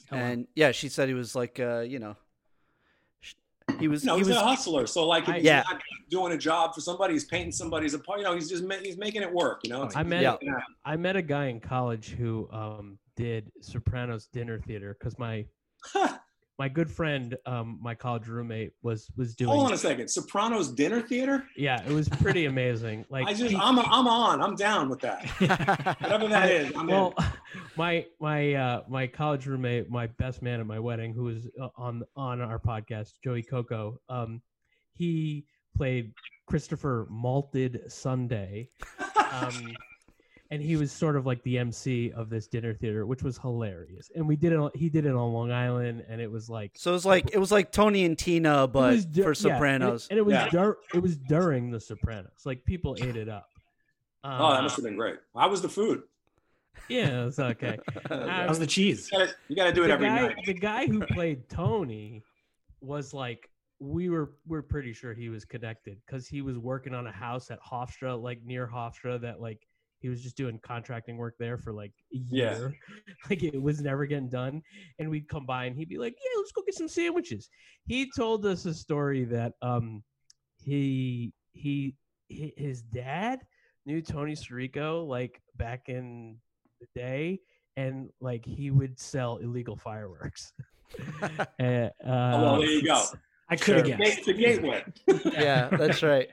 S4: Oh, wow.
S3: and yeah, she said he was like uh, you know sh- he was
S5: No,
S3: he
S5: he's
S3: was
S5: a hustler. So like, if he's
S3: Yeah.
S5: not doing a job for somebody, he's painting somebody's apartment. You know, he's just ma- he's making it work. You know, uh, It's-
S2: I met
S3: Yeah.
S2: I met a guy in college who um, did Sopranos dinner theater because my my good friend, um, my college roommate, was was doing.
S5: Hold on a second. Sopranos dinner theater.
S2: Yeah, it was pretty amazing. Like
S5: I just I'm I'm on. I'm down with that.
S3: (laughs)
S5: (laughs)
S2: (laughs)
S5: Whatever that is. I'm (laughs)
S2: well, my my uh, my college roommate, my best man at my wedding, who was uh, on on our podcast, Joey Coco. Um, he played Christopher Malted Sunday,
S5: (laughs)
S2: um, and he was sort of like the MC of this dinner theater, which was hilarious. And we did it. on- He did it on Long Island, and it was like.
S3: So it was like it was like Tony and Tina but
S2: it was dur-
S3: for
S2: yeah, and it-
S3: Sopranos.
S2: and it, was
S5: Yeah.
S2: dur- it was during the Sopranos. Like people ate it up. Um,
S5: Oh, that must have been great. How was
S2: (laughs)
S5: the food?
S2: yeah, it's okay. Um,
S4: How's the cheese?
S5: You gotta, you gotta do it
S2: the
S5: every
S2: guy,
S5: night.
S2: the guy who played Tony was like, we were we're pretty sure he was connected because he was working on a house at Hofstra, like near Hofstra, that like he was just doing contracting work there for like a
S5: Yeah.
S2: year. (laughs) Like it was never getting done. And we'd come by and he'd be like, Yeah, let's go get some sandwiches. He told us a story that um he he hi- his dad knew Tony Sirico like back in the day and like he would sell illegal
S4: (laughs)
S2: fireworks. (laughs) And,
S5: Oh, well,
S2: uh,
S5: there you go.
S4: I could have
S5: The
S4: guessed.
S5: gate-
S4: (laughs)
S5: the gateway.
S3: yeah, that's right.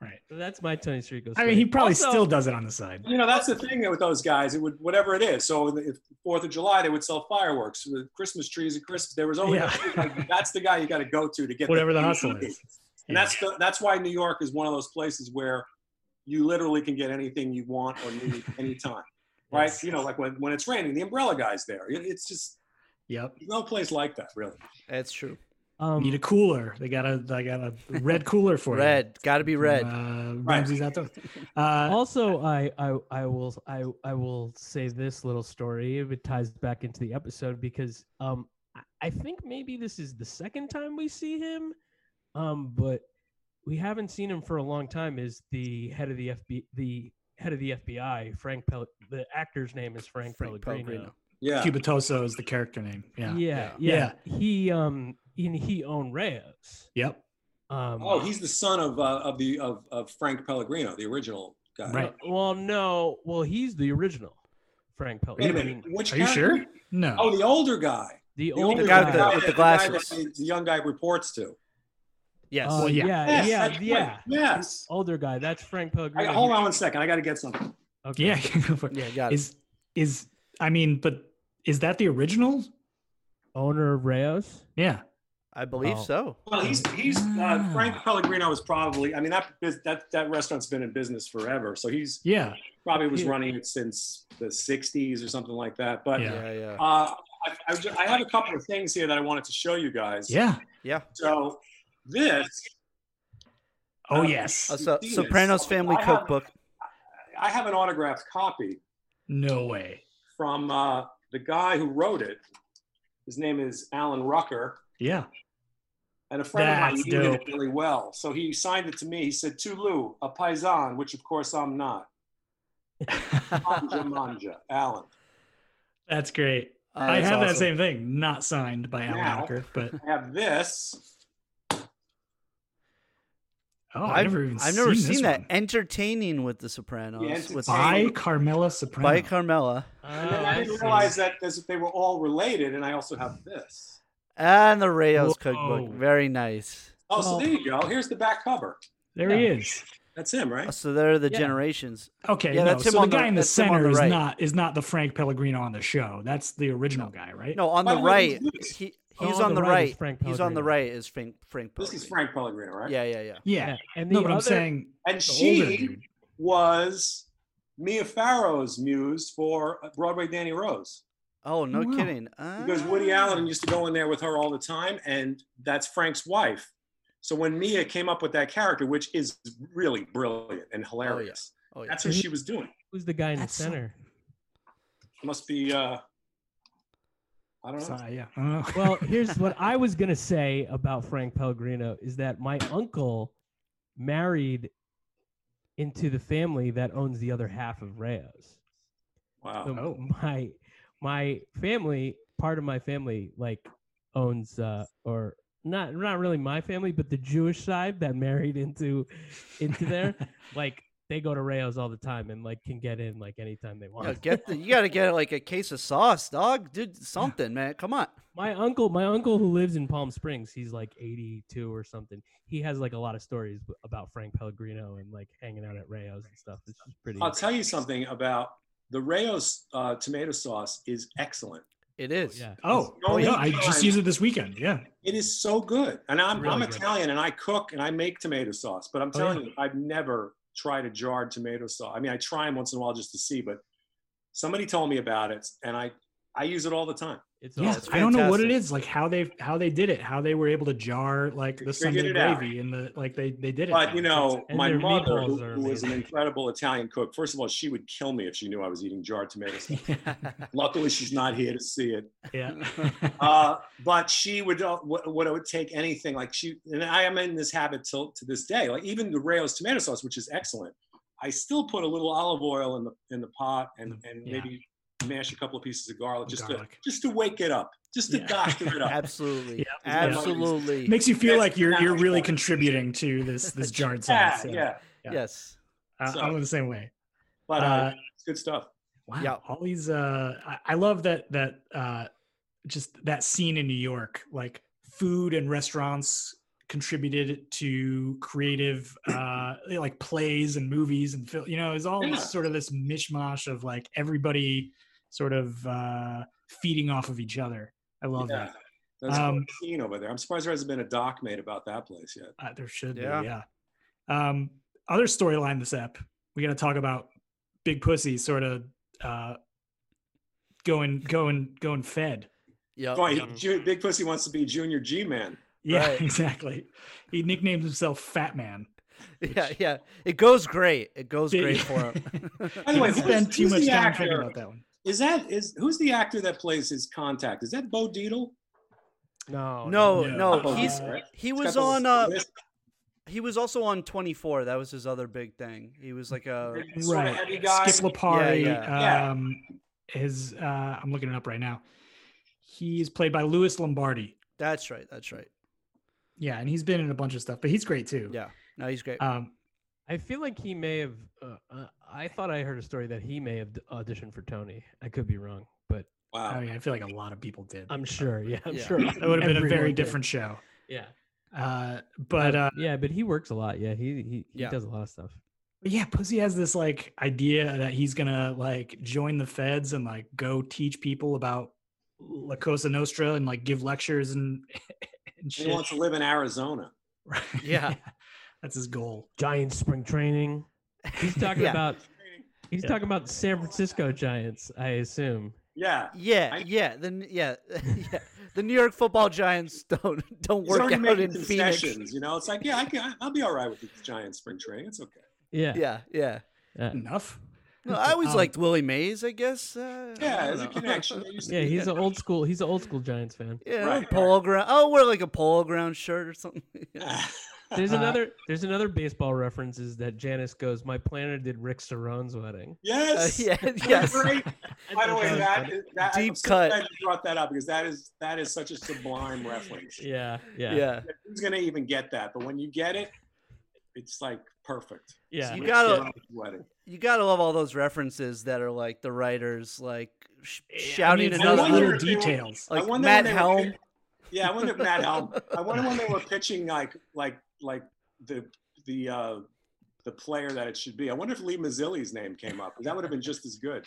S4: Right.
S2: that's my Tony Sirico.
S4: I
S2: story.
S4: mean, he probably
S2: Also-
S4: still does it on the side.
S5: You know, that's the thing with those guys. It would whatever it is. So the- if Fourth of July, they would sell fireworks, with Christmas trees at Christmas. There was always
S4: Yeah.
S5: like, that's the guy you got to go to to get
S4: Whatever the hustle is.
S5: And that's the, that's why New York is one of those places where you literally can get anything you want or need
S4: (laughs)
S5: anytime. Right?
S4: Yes.
S5: You know, like when, when it's raining, the umbrella guy's there. It- It's just
S4: Yep.
S5: no place like that, really.
S3: That's true.
S2: um,
S4: Need a cooler. They got a they got a red cooler for you.
S3: Red, got to be red. Oh,
S4: Uh,
S5: Right.
S4: Ramsey's outdoors. Uh,
S2: also I, I i will i i will say this little story if it ties back into the episode because um I- i think maybe this is the second time we see him um but we haven't seen him for a long time is the head of the fb the head of the fbi frank Pel- the actor's name is frank,
S3: Frank
S2: pellegrino,
S3: Pellegrino.
S5: Yeah.
S4: Cubitoso is the character name. Yeah.
S2: Yeah, yeah
S4: Yeah.
S2: he um and he owned reyes
S4: Yep.
S2: um
S5: Oh, he's the son of uh, of the of, of Frank Pellegrino, the original guy.
S4: Right.
S2: uh, well no well he's the original frank
S5: Wait a
S2: pellegrino I mean,
S5: minute. Which
S4: Are you
S5: character?
S4: sure? No.
S5: Oh, the older guy.
S2: the,
S5: The
S2: older
S5: older
S3: guy
S2: guy,
S3: with the- with the
S5: guy
S3: glasses.
S5: that the young guy reports to.
S3: Yes.
S2: Uh,
S4: Well, yeah.
S2: yeah,
S5: Yes,
S2: yeah,
S5: that's right.
S2: yeah.
S5: Yes.
S2: Older guy. That's Frank
S5: I,
S2: Pellegrino.
S5: hold on one second. I got to get something.
S2: Okay.
S4: Yeah. (laughs) go for it.
S3: yeah, got it.
S4: Is is I mean, but is that the original?
S2: Owner of Reyes.
S4: Yeah.
S3: I believe
S2: Oh.
S3: so.
S5: Well, he's he's uh,
S4: Ah.
S5: Frank Pellegrino is probably. I mean that bus- that that restaurant's been in business forever, so he's
S4: Yeah.
S5: probably was
S2: Yeah.
S5: running it since the '60s or something like that. But
S4: Yeah.
S3: Yeah, yeah.
S5: uh, I, I, ju- I have a couple of things here that I wanted to show you guys.
S4: Yeah.
S3: Yeah.
S5: So this
S4: Oh
S5: Uh,
S4: yes.
S3: A so-
S5: Venus.
S3: Sopranos Family
S5: I have-
S3: Cookbook.
S5: I have an autographed copy
S4: No way.
S5: from uh, the guy who wrote it. His name is Alan Rucker,
S4: Yeah. (laughs)
S5: and a friend
S4: That's
S5: of mine knew it
S4: dope.
S5: really well. So he signed it to me. He said, "To Lou, a paisan," which of course I'm not. Manja, manja, Alan.
S4: That's great.
S3: Uh,
S4: I
S3: that's
S4: have that
S3: awesome.
S4: same thing, not signed by Alan
S5: Now-
S4: Walker, but
S5: I have this.
S4: oh,
S3: I've,
S4: I've, never even
S3: I've never seen,
S4: this
S3: that.
S4: one.
S3: Entertaining with the Sopranos. with
S4: by
S5: Entertaining.
S4: Carmela Soprano.
S3: by Carmela.
S5: And then
S2: Oh,
S5: I didn't
S2: see.
S5: realize that this, they were all related, and I also have this.
S3: And the Rayos
S2: Whoa.
S3: cookbook. Very nice.
S5: Oh, so
S2: Well-
S5: there you go. Here's the back cover.
S4: there he is.
S5: That's him,
S3: Uh,
S5: right?
S3: So there are the
S2: Yeah.
S3: generations.
S4: Okay,
S3: Yeah,
S4: no,
S3: that's him
S4: so the
S3: on the-
S4: guy in the
S3: that's him on
S4: center
S3: the
S4: is
S3: right.
S4: not is not the Frank Pellegrino on the show. That's the original guy, right?
S3: No, on
S5: By
S3: the
S5: the way,
S3: right.
S5: who's this?
S3: He,
S2: Oh,
S3: he's
S2: on
S3: on
S2: the
S3: the
S2: right is
S3: right.
S2: Frank
S3: He's on the
S2: Pellegrino.
S3: right is Frank Frank
S5: This is
S3: Pellegrino.
S5: Frank Pellegrino, right?
S3: Yeah, yeah, yeah.
S4: Yeah.
S2: And the
S4: No, but
S2: other,
S4: I'm saying
S5: And
S4: the older
S5: she
S4: dude.
S5: was Mia Farrow is muse for Broadway Danny Rose.
S3: Oh, no
S4: Wow.
S3: kidding. Ah.
S5: Because Woody Allen used to go in there with her all the time, and that's Frank's wife. So when Mia came up with that character, which is really brilliant and hilarious,
S3: Oh, yeah.
S5: that's what she was doing.
S2: Who's the guy in
S3: That's so-
S2: the
S3: (laughs)
S2: center?
S5: must be, uh, I don't know.
S4: So, uh, yeah, I don't know. (laughs)
S2: well, here's what I was gonna say about Frank Pellegrino is that my uncle married into the family that owns the other half of Rayos.
S5: Wow.
S2: So
S4: Oh.
S2: (laughs) my my family, part of my family, like owns uh or not not really my family, but the Jewish side that married into into there,
S4: (laughs)
S2: like they go to Rayos all the time and like can get in like anytime they want.
S3: Yeah, get the, you got to get like a case of sauce, dog. Dude, something, man. Come on.
S2: My uncle, my uncle who lives in Palm Springs, he's like 82 or something. He has like a lot of stories b- about Frank Pellegrino and like hanging out at Rayo's and stuff. It's just pretty.
S5: I'll tell you something about the Rayo's uh, tomato sauce is excellent.
S3: It is.
S2: yeah.
S4: oh,
S5: The only
S4: yeah, I just
S5: time-
S4: used it this weekend. Yeah.
S5: It is so good. And I'm,
S2: Really
S5: I'm
S2: good.
S5: Italian and I cook and I make tomato sauce, but I'm
S2: Oh,
S5: telling
S2: yeah.
S5: you, I've never tried a jarred tomato sauce. I mean, I try them once in a while just to see, but somebody told me about it and I, I use it all the time.
S2: It's
S4: yeah,
S2: awesome.
S4: I don't know what it
S3: fantastic.
S4: is, like how they how they did it, how they were able to jar like the
S5: Figured
S4: Sunday
S5: it out.
S4: gravy and the like they they did it.
S5: But you know,
S2: And
S5: my
S2: their
S5: mother, who,
S2: meatballs are
S5: who was an
S2: amazing.
S5: incredible Italian cook, first of all, she would kill me if she knew I was eating jarred
S2: (laughs)
S5: tomato sauce.
S4: yeah,
S5: Luckily, she's not here to see it.
S4: (laughs)
S3: (laughs)
S4: yeah.
S5: Uh, but she would uh, what, what it would take anything like she and I am in this habit till to this day. Like even the Rayo's tomato sauce, which is excellent, I still put a little olive oil in the in the pot and
S4: Mm,
S5: and
S4: Yeah.
S5: maybe mash a couple of pieces of garlic just
S4: Garlic.
S5: to just to wake it up, just to
S4: Yeah. (laughs)
S5: doctor it up.
S3: Absolutely.
S4: Yep.
S3: Absolutely.
S4: Makes you feel
S5: Yes,
S4: like you're you're really
S5: exactly.
S4: contributing to this this jarred
S5: (laughs) yeah,
S4: sauce.
S5: yeah.
S4: yeah.
S3: Yes.
S4: I-
S5: So-
S4: I'm the same way.
S5: But uh,
S4: Uh,
S5: it's good stuff.
S4: Wow.
S3: Yeah.
S4: All these uh I, I love that that uh just that scene in New York, like food and restaurants contributed to creative uh like plays and movies and film you know, it's all
S5: Yeah.
S4: sort of this mishmash of like everybody sort of uh feeding off of each other. I love
S5: Yeah.
S4: that.
S5: That's
S4: Um,
S5: um, scene over there. I'm surprised there hasn't been a doc made about that place yet.
S4: Uh, there should
S3: Yeah.
S4: be, yeah. Um, other storyline this app, we got to talk about Big Pussy sort of uh, going, going, going fed. Uh,
S3: Yep. (laughs)
S5: Boy,
S4: um,
S2: yeah.
S5: Ju- Big Pussy wants to be Junior G Man.
S4: Yeah,
S3: Right.
S4: (laughs) exactly. He nicknames himself Fat Man.
S3: Yeah. Yeah. It goes great. It goes
S4: Yeah.
S3: great for
S4: (laughs)
S3: him. (laughs)
S5: Anyway,
S4: I
S5: who's-
S4: spend too
S5: who's
S4: much
S5: the
S4: time
S5: actor?
S4: thinking about that one.
S5: Is that is who's the actor that plays his contact? Is that Bo Deedle?
S2: No,
S3: no,
S4: Yeah.
S3: no,
S5: Oh,
S4: Uh,
S3: Oh, he's
S4: He's
S3: he
S5: got
S3: was
S5: the-
S3: on uh he was also on 24. That was his other big thing. He was like a
S5: sort of heavy guy.
S4: Skip Lapari.
S3: Yeah,
S5: yeah.
S4: Um, His, uh, I'm looking it up right now. He's played by Louis Lombardi.
S3: That's right. That's right.
S4: Yeah, and he's been in a bunch of stuff, but he's great too.
S3: Yeah. No, he's great.
S4: Um,
S2: I feel like he may have. Uh, uh, I thought I heard a story that he may have d- auditioned for Tony. I could be wrong, but
S4: I
S5: wow.
S4: mean, I feel like a lot of people did.
S2: I'm sure. Yeah, I'm
S3: Uh, Yeah.
S4: (laughs)
S2: sure.
S4: That would have been a
S2: everyone
S4: very
S2: did.
S4: different show.
S2: Yeah,
S4: Uh, but uh,
S2: yeah, but he works a lot. Yeah, he he, he
S3: Yeah.
S2: does a lot of stuff.
S4: But yeah, Pussy has this like idea that he's gonna like join the feds and like go teach people about La Cosa Nostra and like give lectures and, (laughs) and
S5: He
S4: shit.
S5: wants to live in Arizona.
S4: (laughs) Right.
S3: Yeah.
S4: that's his goal.
S2: Giant spring training.
S3: (laughs)
S2: He's talking
S3: Yeah.
S2: about. He's
S4: Yeah.
S2: talking about San Francisco Giants. I assume.
S5: Yeah.
S3: Yeah,
S5: I-
S3: yeah, the yeah, (laughs) yeah. The New York Football Giants (laughs) don't don't
S5: He's
S3: work
S5: already
S3: out
S5: making
S3: in Phoenix.
S5: concessions, you know. It's like, yeah, I can, I'll be all right with the giant spring training. It's okay.
S2: Yeah.
S3: Yeah, yeah.
S2: Uh,
S4: Enough.
S3: No, I always
S4: Um,
S3: liked Willie Mays. I guess. Uh, I
S5: Yeah,
S3: don't
S5: there's a
S3: know.
S5: connection. I used to
S2: yeah,
S5: be- (laughs)
S2: he's an old school. He's an old school Giants fan.
S3: (laughs) Yeah,
S5: Right, right.
S3: polo ground. I'll wear like a polo ground shirt or something. (laughs)
S2: There's
S3: Uh-huh.
S4: Uh,
S2: another. There's another baseball reference. Is that Janice goes? My planner did Rick Sarone's wedding.
S3: Uh,
S5: yes.
S3: yeah,
S5: (laughs) That's
S3: yes. (laughs)
S5: Great. By the way,
S2: thought
S5: that, is- that I'm
S3: Deep
S5: so
S3: cut.
S5: glad you brought that up because that is that is such a sublime reference.
S2: Yeah, yeah, yeah.
S3: Yeah,
S5: Who's gonna even get that? But when you get it, it's like perfect.
S3: You
S5: Rick
S3: gotta-
S5: Sarone's wedding.
S3: you gotta love all those references that are like the writers like sh-
S4: I
S3: shouting
S4: mean, it's
S5: I
S3: another.
S4: those
S5: wonder
S4: little
S5: if they were-
S4: details.
S5: I
S3: like
S5: wonder
S3: Matt
S5: when they were (laughs)
S3: Helm.
S5: pitch- yeah, I wonder if Matt Helm. I wonder when they were pitching like like like the the uh, the player that it should be. I wonder if Lee Mazzilli's name came up. That would have been just as good.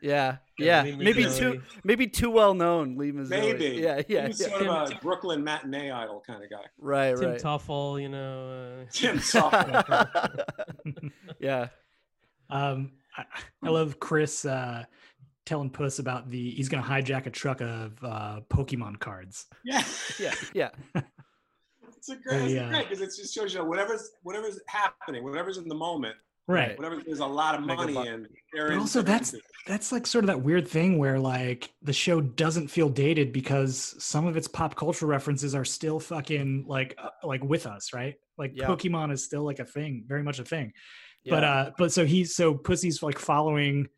S3: Yeah, yeah.
S2: Lee
S3: Maybe
S2: Mazzilli.
S3: too. Maybe too well known. Lee Mazzilli.
S5: Maybe.
S3: Yeah,
S5: He
S3: yeah,
S5: was
S3: yeah.
S5: sort of a Brooklyn matinee idol kind of guy. (laughs)
S3: Right,
S2: Tim
S3: right. (laughs)
S2: Toffel, you know. Uh,
S5: Tim Software.
S3: yeah.
S4: Um, I, I love Chris uh, telling Puss about the he's going to hijack a truck of uh, Pokemon cards.
S5: Yeah.
S3: Yeah, yeah.
S5: It's a great, it's
S4: Yeah.
S5: great because it just shows you whatever's whatever's happening, whatever's in the moment,
S4: Right.
S5: whatever there's a lot of
S3: Make a
S5: money
S3: buck.
S5: in.
S4: But also, that's that's like sort of that weird thing where like the show doesn't feel dated because some of its pop culture references are still fucking like uh, like with us, right? Like
S3: Yeah.
S4: Pokemon is still like a thing, very much a thing.
S3: yeah.
S4: But uh, but so he's so Pussy's like following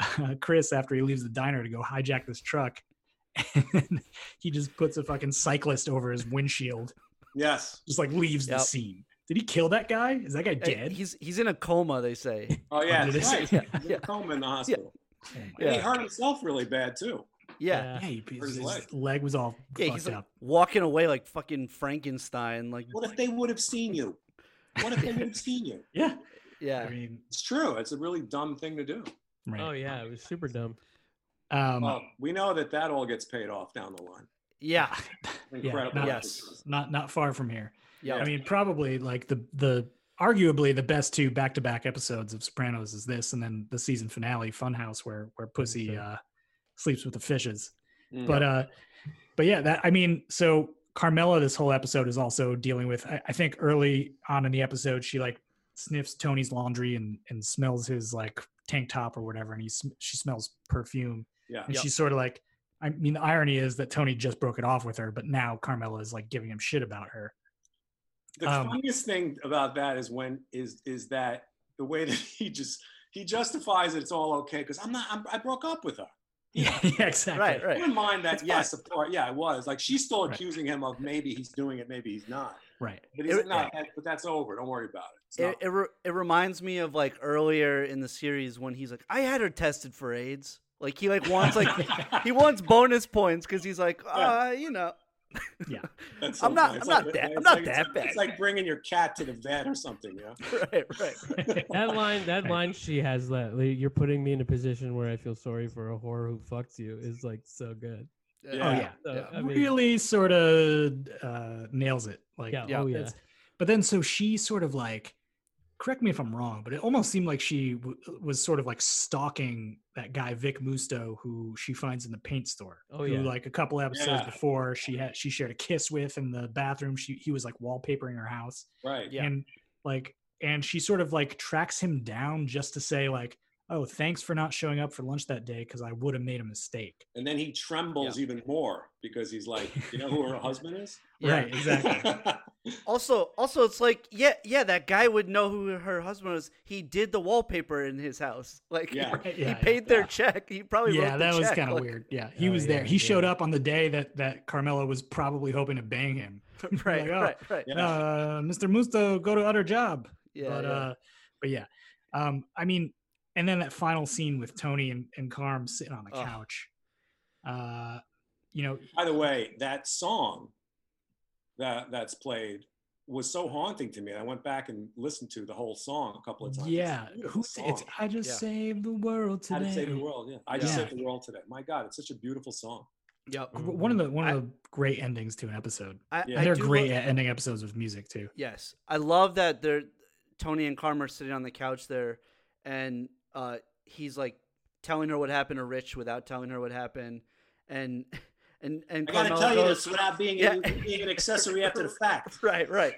S4: uh, Chris after he leaves the diner to go hijack this truck, (laughs) and he just puts a fucking cyclist over his windshield,
S5: yes.
S4: just like leaves
S3: Yep.
S4: the scene. Did he kill that guy? Is that guy
S3: Hey,
S4: dead?
S3: he's he's in a coma. They
S4: (laughs)
S3: say.
S5: Oh yeah,
S4: did
S5: that's
S4: I
S5: right.
S4: say-
S5: He's in a coma in the hospital.
S4: Oh my
S5: And he
S3: Yeah.
S5: hurt himself really bad too.
S3: Yeah,
S4: Yeah, he,
S5: his
S4: his, his
S5: leg.
S4: leg. was all
S3: yeah.
S4: fucked
S3: he's like
S4: up.
S3: walking away like fucking Frankenstein. Like,
S5: What if they would have seen you? What if they (laughs) would have seen you?
S4: yeah. I
S3: yeah, Uh,
S4: mean,
S5: It's true. It's a really dumb thing to do.
S4: right.
S2: Oh yeah, it was super dumb.
S4: Um,
S5: Well, we know that that all gets paid off down the line.
S4: (laughs)
S3: yeah,
S5: Incredible.
S4: not-
S3: Yes.
S4: not not far from here.
S3: yeah.
S4: I mean, probably like the the arguably the best two back to back episodes of Sopranos is this, and then the season finale, Funhouse, where where Pussy
S2: Sure.
S4: uh, sleeps with the fishes.
S5: Mm.
S4: But uh, but yeah, that I mean, so Carmela, this whole episode is also dealing with. I, I think early on in the episode, she like sniffs Tony's laundry and and smells his like tank top or whatever, and he sm- she smells perfume.
S5: Yeah.
S4: and
S3: Yep.
S4: she's sort of like i mean the irony is that tony just broke it off with her but now carmela is like giving him shit about her
S5: The
S4: Um,
S5: funniest thing about that is when is is that the way that (laughs) he just he justifies it's all okay because I'm not I'm, I broke up with her.
S4: yeah, (laughs) yeah exactly
S3: right,
S5: I
S3: right.
S5: don't mind that.
S4: It's
S5: yes, of course. Yeah, it was like she's still
S4: Right.
S5: accusing him of maybe he's doing it, maybe he's not.
S4: right
S5: But he's
S3: It-
S5: like, no, that- but that's over. Don't worry about it. It's
S3: It,
S5: not- (laughs)
S3: it, re- it reminds me of like earlier in the series when he's like, I had her tested for AIDS. Like he like wants
S4: (laughs)
S3: like (laughs) he wants bonus points because he's like, uh, you know,
S5: that's
S3: I'm not-
S5: okay.
S3: I'm
S5: It's
S3: not
S5: like-
S3: that-
S5: it's
S3: I'm not
S5: like- it's
S3: that
S5: like-
S3: bad.
S5: It's like bringing your cat to the vet or something. Yeah.
S3: (laughs) right, right, right.
S2: That line, that
S4: Right.
S2: line she has that like, you're putting me in a position where I feel sorry for a whore who fucks you is like so good.
S4: oh
S5: Yeah.
S4: yeah
S2: So,
S3: Yeah.
S2: I mean,
S4: really sort of uh nails it like
S2: Yeah,
S3: Yeah,
S2: Oh yeah.
S4: it's- but then so she sort of like correct me if i'm wrong but it almost seemed like she w- was sort of like stalking that guy vic musto who she finds in the paint store
S2: Oh,
S4: who
S2: yeah.
S4: like a couple episodes
S5: Yeah.
S4: before she had she shared a kiss with in the bathroom she he was like wallpapering her house
S5: Right.
S3: Yeah.
S4: and like and she sort of like tracks him down just to say like oh thanks for not showing up for lunch that day because i would have made a mistake
S5: And then he trembles even more because he's like, you know who her husband is?
S3: Yeah. (laughs)
S4: right (laughs) exactly
S3: Also, also, it's like, yeah, yeah, that guy would know who her husband was. He did the wallpaper in his house. (laughs) Like,
S5: Yeah.
S4: Right,
S3: he
S4: yeah, yeah.
S3: paid their check. He probably
S4: yeah
S3: wrote
S4: that
S3: the
S4: was
S3: check,
S4: kind of
S3: like,
S4: weird yeah he
S2: Oh,
S4: was there
S2: yeah,
S4: he showed
S2: yeah.
S4: up on the day that that carmela was probably hoping to bang him
S3: (laughs)
S4: (laughs)
S3: Right,
S4: Like, oh.
S3: right, right.
S5: (laughs) Yeah.
S4: uh mr musto go to other job
S3: Yeah,
S4: but
S3: yeah.
S4: uh but yeah um i mean and then that final scene with tony and, and carm sitting on the
S3: Ugh.
S4: couch uh you know
S5: By the way, that song that that's played was so haunting to me. I went back and listened to the whole song a couple of times. It's a
S4: yeah
S5: beautiful
S4: who sa- it's
S5: song.
S4: i just
S3: Yeah.
S4: saved the world
S5: How
S4: today
S5: to Save the World? Yeah, I just
S4: Yeah.
S5: saved the world today. My God, it's such a beautiful song.
S3: Yep.
S4: Gr- one of the one of the great endings to an episode
S3: I,
S5: Mm-hmm. Yeah.
S4: and
S3: I
S4: they're
S3: do
S4: great
S3: lo-
S4: e- ending episodes with music too
S3: yes, I love that. They're Tony and Carm are sitting on the couch there, and uh, he's like telling her what happened to Rich without telling her what happened, and (laughs) and and
S5: I gotta
S3: Carmella
S5: tell you
S3: goes,
S5: this without being,
S3: Yeah.
S5: any- being an accessory after the fact.
S3: (laughs) Right, right.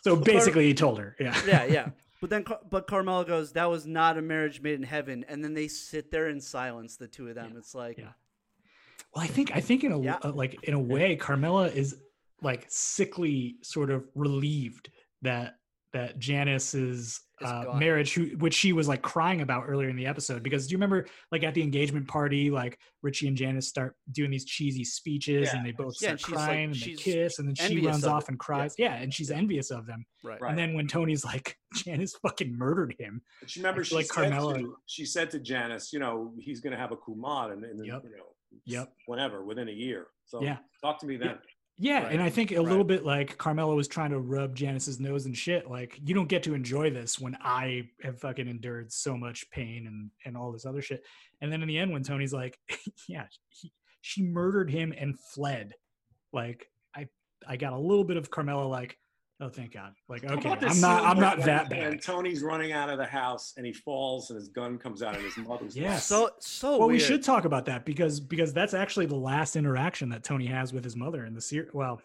S4: so
S3: Car-
S4: basically he told her yeah
S3: Yeah, yeah. (laughs) But then, Car- but Carmela goes, "That was not a marriage made in heaven." And then they sit there in silence, the two of them. It's like,
S4: Yeah. Well, I think I think in a
S3: Yeah.
S4: uh, like in a way, Carmela is like sickly, sort of relieved that that Janice's
S3: Is
S4: uh,
S3: gone.
S4: marriage, who, which she was like crying about earlier in the episode, because do you remember like at the engagement party, like Richie and Janice start doing these cheesy speeches,
S5: Yeah.
S4: and they both
S3: Yeah,
S4: start
S3: and she's, like,
S4: crying and
S3: she's
S4: they kiss, and then she
S3: envious
S4: runs
S3: of
S4: off
S3: it.
S4: and cries, yeah. and she's envious of them.
S3: right,
S5: Right.
S4: And then when Tony's like, (laughs) Janice fucking murdered him,
S5: But you remember
S4: It's
S5: she
S4: like
S5: said
S4: Carmella.
S5: to, she said to Janice, you know, he's gonna have a kumad and, and
S4: Yep.
S5: you know,
S4: Yep.
S5: whenever within a year. So
S4: Yeah.
S5: talk to me then.
S4: Yeah,
S3: Right,
S4: and I think a
S3: right.
S4: little bit like Carmela was trying to rub Janice's nose and shit. Like, you don't get to enjoy this when I have fucking endured so much pain and and all this other shit. And then in the end, when Tony's like, (laughs) "Yeah, he, she murdered him and fled," like I I got a little bit of Carmela like, Oh, thank God.
S3: (laughs)
S4: Like,
S5: How
S4: okay,
S5: about this
S4: I'm not.
S5: scene
S4: I'm
S5: where
S4: not that
S5: Frank
S4: bad.
S5: Antoni's running out of the house and he falls and his gun comes out of his mother's.
S4: Yes.
S3: So so
S4: Well,
S3: weird.
S4: we should talk about that because because that's actually the last interaction that Tony has with his mother in the series. Well,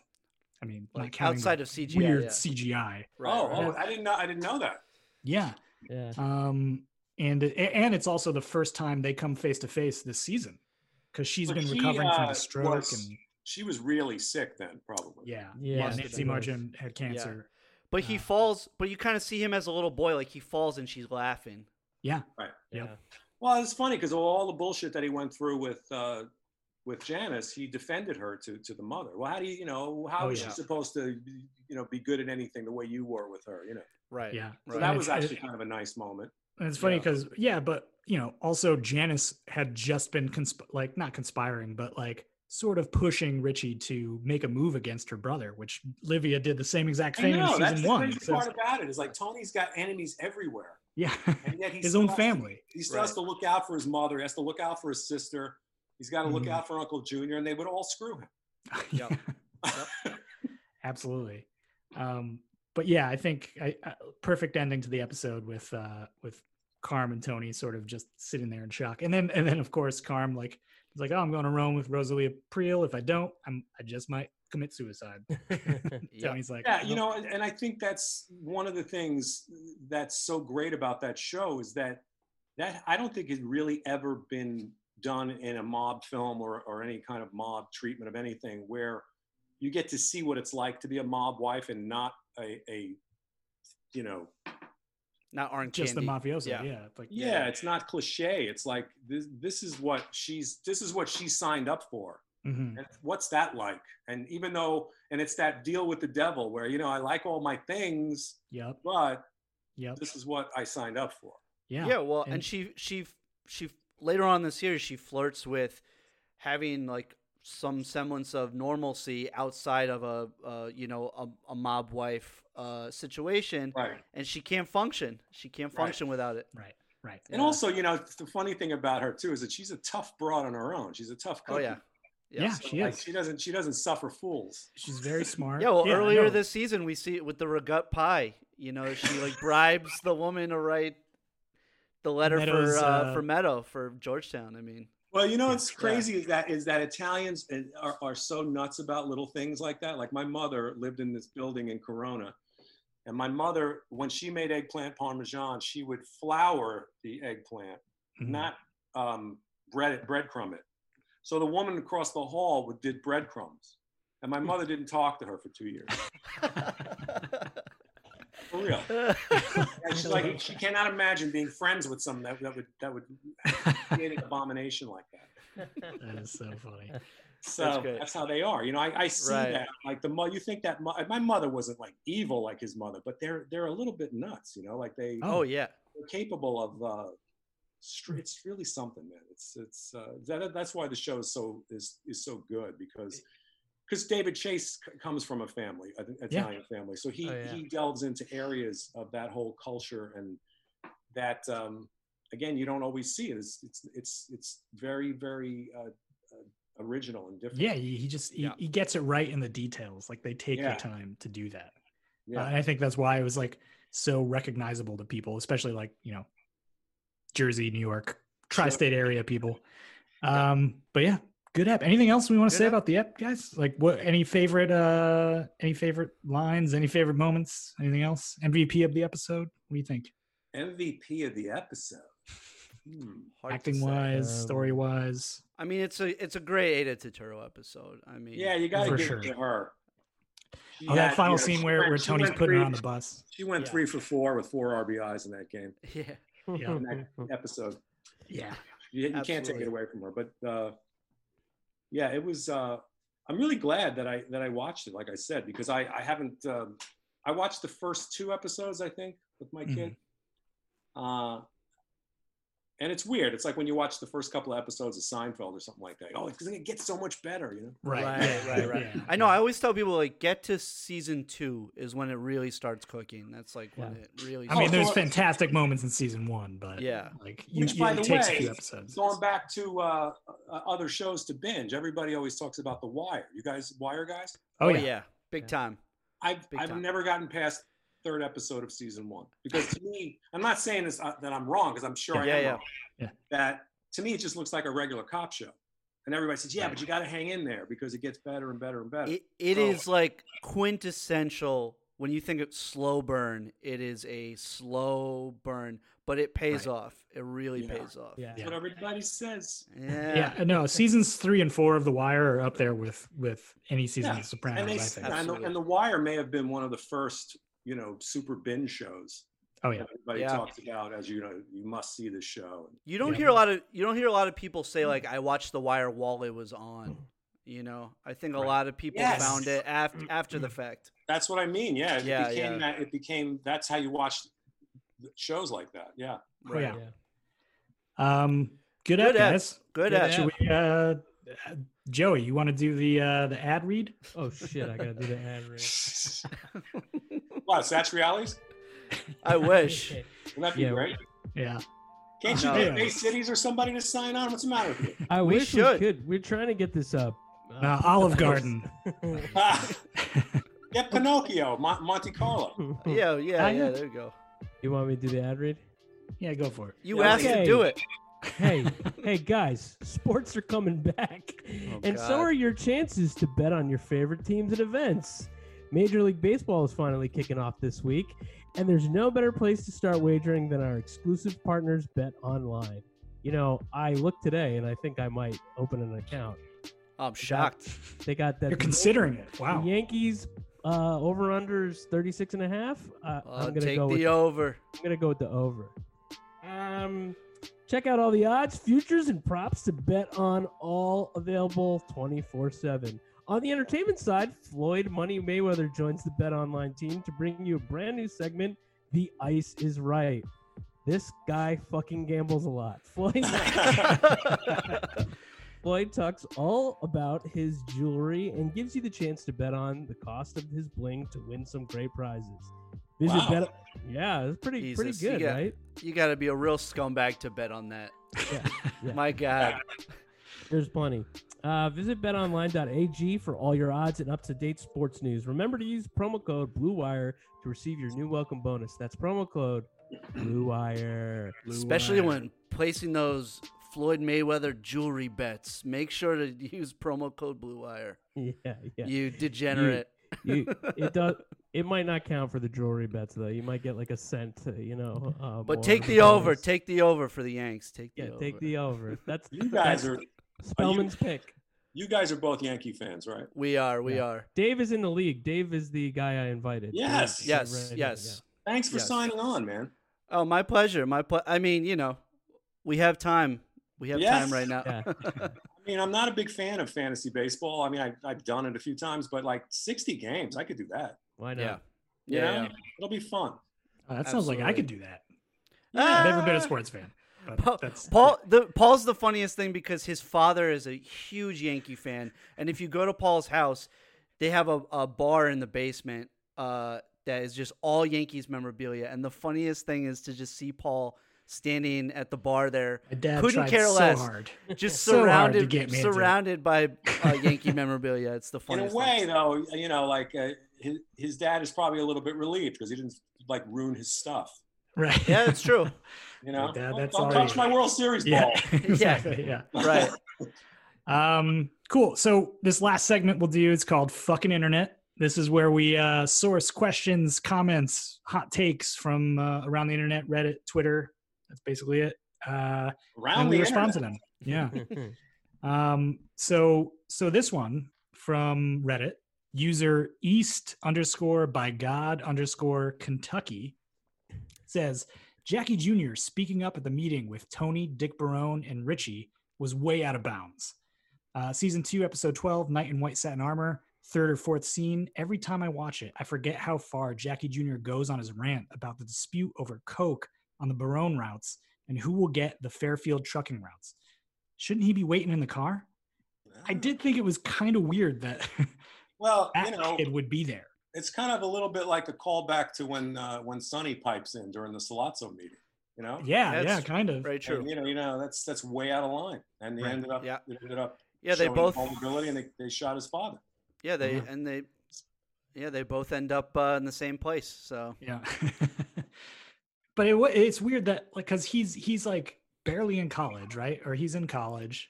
S4: I mean, not
S3: like
S4: counting
S3: outside
S4: the
S3: of CGI.
S4: weird
S3: yeah.
S4: CGI.
S3: Right,
S5: oh,
S3: right.
S5: oh, I didn't know. I didn't know that.
S4: Yeah.
S2: Yeah.
S4: Um. And it- and it's also the first time they come face to face this season because she's
S5: But
S4: been
S5: he,
S4: recovering from
S5: uh,
S4: the stroke
S5: was-
S4: and
S5: She was really sick then, probably.
S4: yeah.
S2: Yeah,
S4: Nancy
S2: she was.
S4: Marchand had cancer.
S3: But he
S4: Uh,
S3: falls. But you kind of see him as a little boy, like he falls and she's laughing.
S4: Yep.
S2: Yeah.
S5: Well, it's funny because all the bullshit that he went through with uh, with Janice, he defended her to to the mother. Well, how do you you know how
S4: Oh,
S5: was
S4: yeah.
S5: she supposed to you know be good at anything the way you were with her? You know,
S3: Right.
S4: Yeah.
S5: so
S3: Right.
S5: that
S4: And
S5: was
S4: it's-
S5: actually kind of a nice moment.
S4: And it's funny
S3: Yeah.
S4: because yeah. but you know, also Janice had just been consp- like not conspiring, but like sort of pushing Richie to make a move against her brother, which Livia did the same exact
S5: I
S4: thing
S5: know
S4: in
S5: that's
S4: season
S5: the
S4: one.
S5: crazy
S4: So it's-
S5: part about it is like Tony's got enemies everywhere,
S4: yeah, (laughs)
S5: and yet he
S4: his
S5: still
S4: own
S5: has to-
S4: family.
S5: he still has
S3: Right.
S5: to look out for his mother. He has to look out for his sister. He's got to look
S4: Mhm.
S5: out for Uncle Junior, and they would all screw him.
S3: Yep.
S5: (laughs)
S4: Yeah. (laughs) Absolutely. Um, but yeah, I think I, I, perfect ending to the episode with uh, with Carm and Tony sort of just sitting there in shock, and then and then of course Carm like he's like, oh, I'm going to Rome with Rosalia Priel. If I don't, I'm I just might
S3: (laughs)
S4: commit suicide. (laughs)
S3: Yeah.
S4: Tony's like,
S5: Yeah,
S4: "Nope."
S5: you know, and, and I think that's one of the things that's so great about that show is that that I don't think it's really ever been done in a mob film or, or any kind of mob treatment of anything where you get to see what it's like to be a mob wife and not a, a you know
S3: Not orange
S4: just the
S3: candy.
S4: mafioso. Yeah,
S3: Yeah.
S4: it's like
S5: yeah it's not cliche it's like this this is what she's this is what she signed up for
S4: Mhm.
S5: and what's that like and even though and it's that deal with the devil where you know i like all my things
S4: Yep.
S5: but
S4: Yep.
S5: this is what I signed up for.
S4: Yeah.
S3: Yeah, well, and,
S4: and-
S3: she she she later on in the series she flirts with having like some semblance of normalcy outside of a uh, you know a, a mob wife uh, situation,
S5: Right.
S3: and she can't function. She can't
S5: Right.
S3: function without it.
S4: Right. Right.
S5: And
S3: Yeah.
S5: also, you know, the funny thing about her too is that she's a tough broad on her own. She's a tough
S3: oh
S5: cookie.
S3: yeah,
S4: Yeah,
S5: So,
S4: she
S5: like,
S4: is.
S5: she doesn't she doesn't suffer fools.
S4: She's very smart.
S3: Yeah, well,
S4: I
S3: earlier
S4: know.
S3: this season we see it with the regut pie. You know, she like bribes the woman to write the letter
S4: Meadows,
S3: for uh,
S4: uh,
S3: for Meadow for Georgetown. I
S4: (laughs)
S3: mean, (laughs)
S5: Well, you know what's
S3: Yeah.
S5: crazy is that is that Italians and- are, are so nuts about little things like that. Like my mother lived in this building in Corona, and my mother, when she made eggplant parmesan, she would flour the eggplant
S3: Mm-hmm.
S4: Mhm.
S5: not um, bread it, breadcrumb it. So the woman across the hall would, did breadcrumbs, and
S3: Hmm.
S5: my mother didn't talk to her for two years. For real, and (laughs) she's like she cannot imagine being friends with someone that, that would that
S3: (laughs)
S5: would create an abomination like that.
S4: (laughs) that is so funny.
S5: So
S3: That's
S5: that's,
S3: great.
S5: how they are. You know, I, I see
S3: Right.
S5: that. Like the mo- you think that mo- my mother wasn't like evil like his mother, but they're they're a little bit nuts. You know, like they
S3: oh yeah,
S5: they're capable of. Uh, str- it's really something, man. It's it's uh, that that's why the show is so is is so good because because David Chase c- comes from a family, an Italian family, so he
S2: Oh, yeah.
S5: he delves into areas of that whole culture and that um, again you don't always see it. It's it's it's, it's very very uh, uh, original and different.
S4: Yeah, he, he just he,
S3: Yeah.
S4: he gets it right in the details. Like they take
S5: Yeah.
S4: the time to do that. Uh,
S5: yeah.
S4: and I think that's why it was like so recognizable to people, especially like, you know, Jersey, New York, tri-state area people. Um, but yeah, good app. Anything else we want to
S3: Good
S4: say
S3: app.
S4: about the app, guys? Like what any favorite uh any favorite lines, any favorite moments, anything else? MVP of the episode? What do you think?
S5: MVP of the episode. Hmm.
S3: Hard to
S4: Acting
S3: say.
S4: wise,
S2: Um,
S4: story wise.
S3: I mean, it's a it's a great Ada Turturro episode. I mean,
S5: Yeah, you got to
S4: For
S5: give
S4: sure.
S5: it to her. She
S4: Oh,
S5: had,
S4: that
S5: you
S4: final
S5: know,
S4: scene
S5: she
S4: where,
S5: went-
S4: where
S5: she
S4: Tony's
S5: went
S4: putting her
S5: three-
S4: on the bus.
S5: She went
S3: Yeah.
S5: three for four with four RBIs in that game,
S3: (laughs) yeah,
S4: Yeah.
S5: episode.
S4: Yeah.
S5: You, you can't take
S3: Absolutely.
S5: it away from her. But uh, yeah, it was. Uh, I'm really glad that I that I watched it. Like I said, because I I haven't. Um, I watched the first two episodes, I think, with my kid.
S3: Mm-hmm.
S5: Uh, and it's weird. It's like when you watch the first couple of episodes of Seinfeld or something like that. Oh, it's gonna get so much better, you know.
S4: Right.
S3: Right,
S4: yeah,
S3: right, right.
S4: (laughs) yeah,
S3: I know.
S4: yeah.
S3: I always tell people like get to season two is when it really starts cooking. That's like when
S2: Yeah.
S3: it really.
S4: I mean,
S5: Oh,
S3: starts-
S4: there's
S5: so-
S4: fantastic moments in season one, but
S3: Yeah.
S4: like you,
S5: Which,
S4: you-
S5: by
S4: it
S5: the
S4: takes a
S5: way,
S4: few episodes.
S5: Going back to uh, uh, other shows to binge, everybody always talks about The Wire. You guys, Wire guys?
S4: oh yeah,
S3: big
S2: Yeah.
S3: time.
S5: I've
S3: Big
S5: I've
S3: time.
S5: never gotten past third episode of season one because to me, I'm not saying this uh, that I'm wrong because I'm sure I
S3: Yeah,
S5: am
S3: yeah.
S5: wrong.
S4: Yeah.
S5: That to me, it just looks like a regular cop show, and everybody says, "Yeah, but you got to hang in there because it gets better and better and better."
S3: It, it
S5: So-
S3: is like quintessential when you think of slow burn. It is a slow burn, but it pays
S4: Right.
S3: off. It really
S5: Yeah.
S3: pays off.
S2: (laughs) Yeah.
S5: That's what everybody says.
S3: Yeah.
S4: yeah, no, seasons three and four of The Wire are up there with with any season
S5: Yeah,
S4: of The Sopranos.
S5: and they
S4: I
S5: s-
S4: think.
S5: and the,
S3: Absolutely.
S5: and the Wire may have been one of the first, you know, super binge shows
S4: Oh
S5: that
S4: yeah,
S5: everybody
S3: Yeah.
S5: talks about as you know, you must see this show.
S3: You don't
S4: Yeah.
S3: hear a lot of you don't hear a lot of people say like I watched The Wire while it was on. You know, I think a
S4: Right.
S3: lot of people
S5: Yes.
S3: found it after after the fact.
S5: That's what I mean. Yeah, it
S3: Yeah,
S5: became
S3: yeah.
S5: that. It became that's how you watch shows like that. Yeah.
S4: Oh, yeah.
S2: Yeah.
S4: Um, good,
S3: Good
S4: ad,
S3: ad.
S4: guys.
S3: Good
S2: Yeah,
S3: at
S4: Should we, uh, Joey, you want to do the uh, the ad read?
S2: Oh shit! I gotta do the ad read.
S5: wow, that's realities.
S2: (laughs)
S3: I wish.
S5: Wouldn't that be
S2: Yeah.
S5: great?
S4: Yeah,
S5: Can't you
S3: No.
S5: get Bay Cities or somebody to sign on? What's the matter
S4: (laughs)
S5: with you?
S2: I
S3: We
S2: wish we
S3: should.
S2: could. We're trying to get this up.
S4: uh,
S2: (laughs)
S4: Olive Garden.
S5: Ah, get Pinocchio, Mon- Monte Carlo. (laughs)
S3: Yeah, yeah,
S2: I
S3: yeah.
S2: had-
S3: There you go.
S2: You want me to do the ad read?
S4: yeah, go for it.
S3: You
S5: Yeah,
S3: asked
S2: okay.
S3: to do it. (laughs)
S2: Hey, hey guys, sports are coming back. and so
S3: Oh, God.
S2: are your chances to bet on your favorite teams and events. Major League Baseball is finally kicking off this week, and there's no better place to start wagering than our exclusive partners Bet Online. You know, I looked today and I think I might open an account.
S3: I'm shocked.
S2: They got that
S4: You're considering it. Wow.
S2: Yankees uh, over unders 36 and a half. Uh,
S3: I'll
S2: I'm going to
S3: take
S2: go with (laughs)
S3: the over.
S2: I'm gonna go with the over. Um, check out all the odds, futures, and props to bet on. All available twenty four seven. On the entertainment side, Floyd Money Mayweather joins the Bet Online team to bring you a brand new segment, "The Ice Is Right." This guy fucking gambles a lot. (laughs) Floyd Floyd talks all about his jewelry and gives you the chance to bet on the cost of his bling to win some great prizes. Visit
S5: Wow.
S2: bet- yeah, it's pretty pretty
S3: Jesus, you
S2: good,
S3: got-
S2: right?
S3: you got to be a real scumbag to bet on that.
S2: Yeah,
S3: (laughs)
S2: yeah.
S3: My God.
S2: There's plenty. Uh, visit betonline.ag for all your odds and up to date sports news. Remember to use promo code Blue Wire to receive your new welcome bonus. That's promo code Blue Wire.
S3: especially when placing those Floyd Mayweather jewelry bets. Make sure to use promo code Blue Wire.
S2: (laughs) Yeah, yeah.
S3: You degenerate. (laughs)
S2: You, it does. It might not count for the jewelry bets though. You might get like a cent, uh, you know. Uh,
S3: but
S2: more
S3: take
S2: of
S3: the over.
S2: bonus.
S3: Take the over for the Yanks. Take the
S2: yeah,
S3: over.
S2: take the over. That's
S5: (laughs) You guys
S2: that's
S5: are
S2: Spellman's pick.
S5: you guys are both Yankee fans, right?
S3: We are. We
S2: Yeah.
S3: are.
S2: Dave is in the league. Dave is the guy I invited.
S5: Yes.
S2: Yeah,
S3: Yes.
S2: right,
S3: yes.
S5: Thanks for
S3: Yes.
S5: signing on, man.
S3: Oh, my pleasure. My ple- I mean, you know, we have time. We have
S5: Yes.
S3: time right now.
S2: Yeah.
S5: I mean, I'm not a big fan of fantasy baseball. I mean, I, I've done it a few times, but like 60 games, I could do that.
S2: Why not?
S3: (laughs) Yeah.
S5: You
S3: Yeah,
S5: know?
S3: yeah.
S5: it'll be fun.
S4: Oh, that sounds like I
S3: Absolutely.
S4: could do that.
S3: Ah!
S4: I've never been a sports fan.
S3: Paul,
S4: But (laughs) that's
S3: Paul the Paul's the funniest thing because his father is a huge Yankee fan, and if you go to Paul's house, they have a, a bar in the basement uh, that is just all Yankees memorabilia. And the funniest thing is to just see Paul standing at the bar there,
S4: my dad
S3: couldn't
S4: tried
S3: care
S4: so
S3: less.
S4: hard. (laughs)
S3: just
S4: So hard to
S3: surrounded
S4: get me into it.
S3: surrounded by uh, Yankee memorabilia. It's the
S5: (laughs) In
S3: funniest.
S5: a way,
S3: thing.
S5: though, you know, like uh, his, his dad is probably a little bit relieved because he didn't like ruin his stuff.
S4: Right.
S3: yeah, it's true.
S5: You know,
S4: Like that-
S5: Don't-
S4: that's
S5: don't
S4: already-
S5: touch my World
S4: (laughs)
S5: Series
S4: Yeah.
S5: ball.
S4: exactly. Yeah.
S3: Right.
S4: Um, cool. So this last segment we'll do is called "Fucking Internet." This is where we uh, source questions, comments, hot takes from uh, around the internet, Reddit, Twitter. That's basically it. Uh,
S5: (laughs) Around
S4: and
S5: the
S4: we respond
S5: internet.
S4: to them. Yeah. Um, so so this one from Reddit user East underscore by God underscore Kentucky says Jackie Jr. speaking up at the meeting with Tony, Dick Barone, and Richie was way out of bounds. Uh, season two, episode twelve, Knight in White Satin Armor. Third or fourth scene, every time I watch it, I forget how far Jackie Jr. goes on his rant about the dispute over Coke on the Barone routes and who will get the Fairfield trucking routes shouldn't he be waiting in the car? I
S3: Mm.
S4: did think it was kind of weird that (laughs)
S5: Well,
S4: that
S5: you know,
S4: kid would be there.
S5: it's kind of a little bit like a callback to when uh, when Sonny pipes in during the Salazzo meeting. You know,
S4: Yeah, yeah,
S3: That's
S4: kind of.
S5: (laughs)
S3: Very
S5: And,
S3: true.
S5: you know, you know that's that's way out of line, and they
S4: Right.
S5: ended up
S3: Yeah.
S5: they ended up
S3: Yeah, they
S5: showing
S3: both.
S5: vulnerability, and they, they shot his father.
S3: Yeah, they
S4: Yeah.
S3: and they Yeah, they both end up uh, in the same place. So
S4: Yeah. (laughs) but it, wa- it's weird that like because he's he's like barely in college, right? Or he's in college.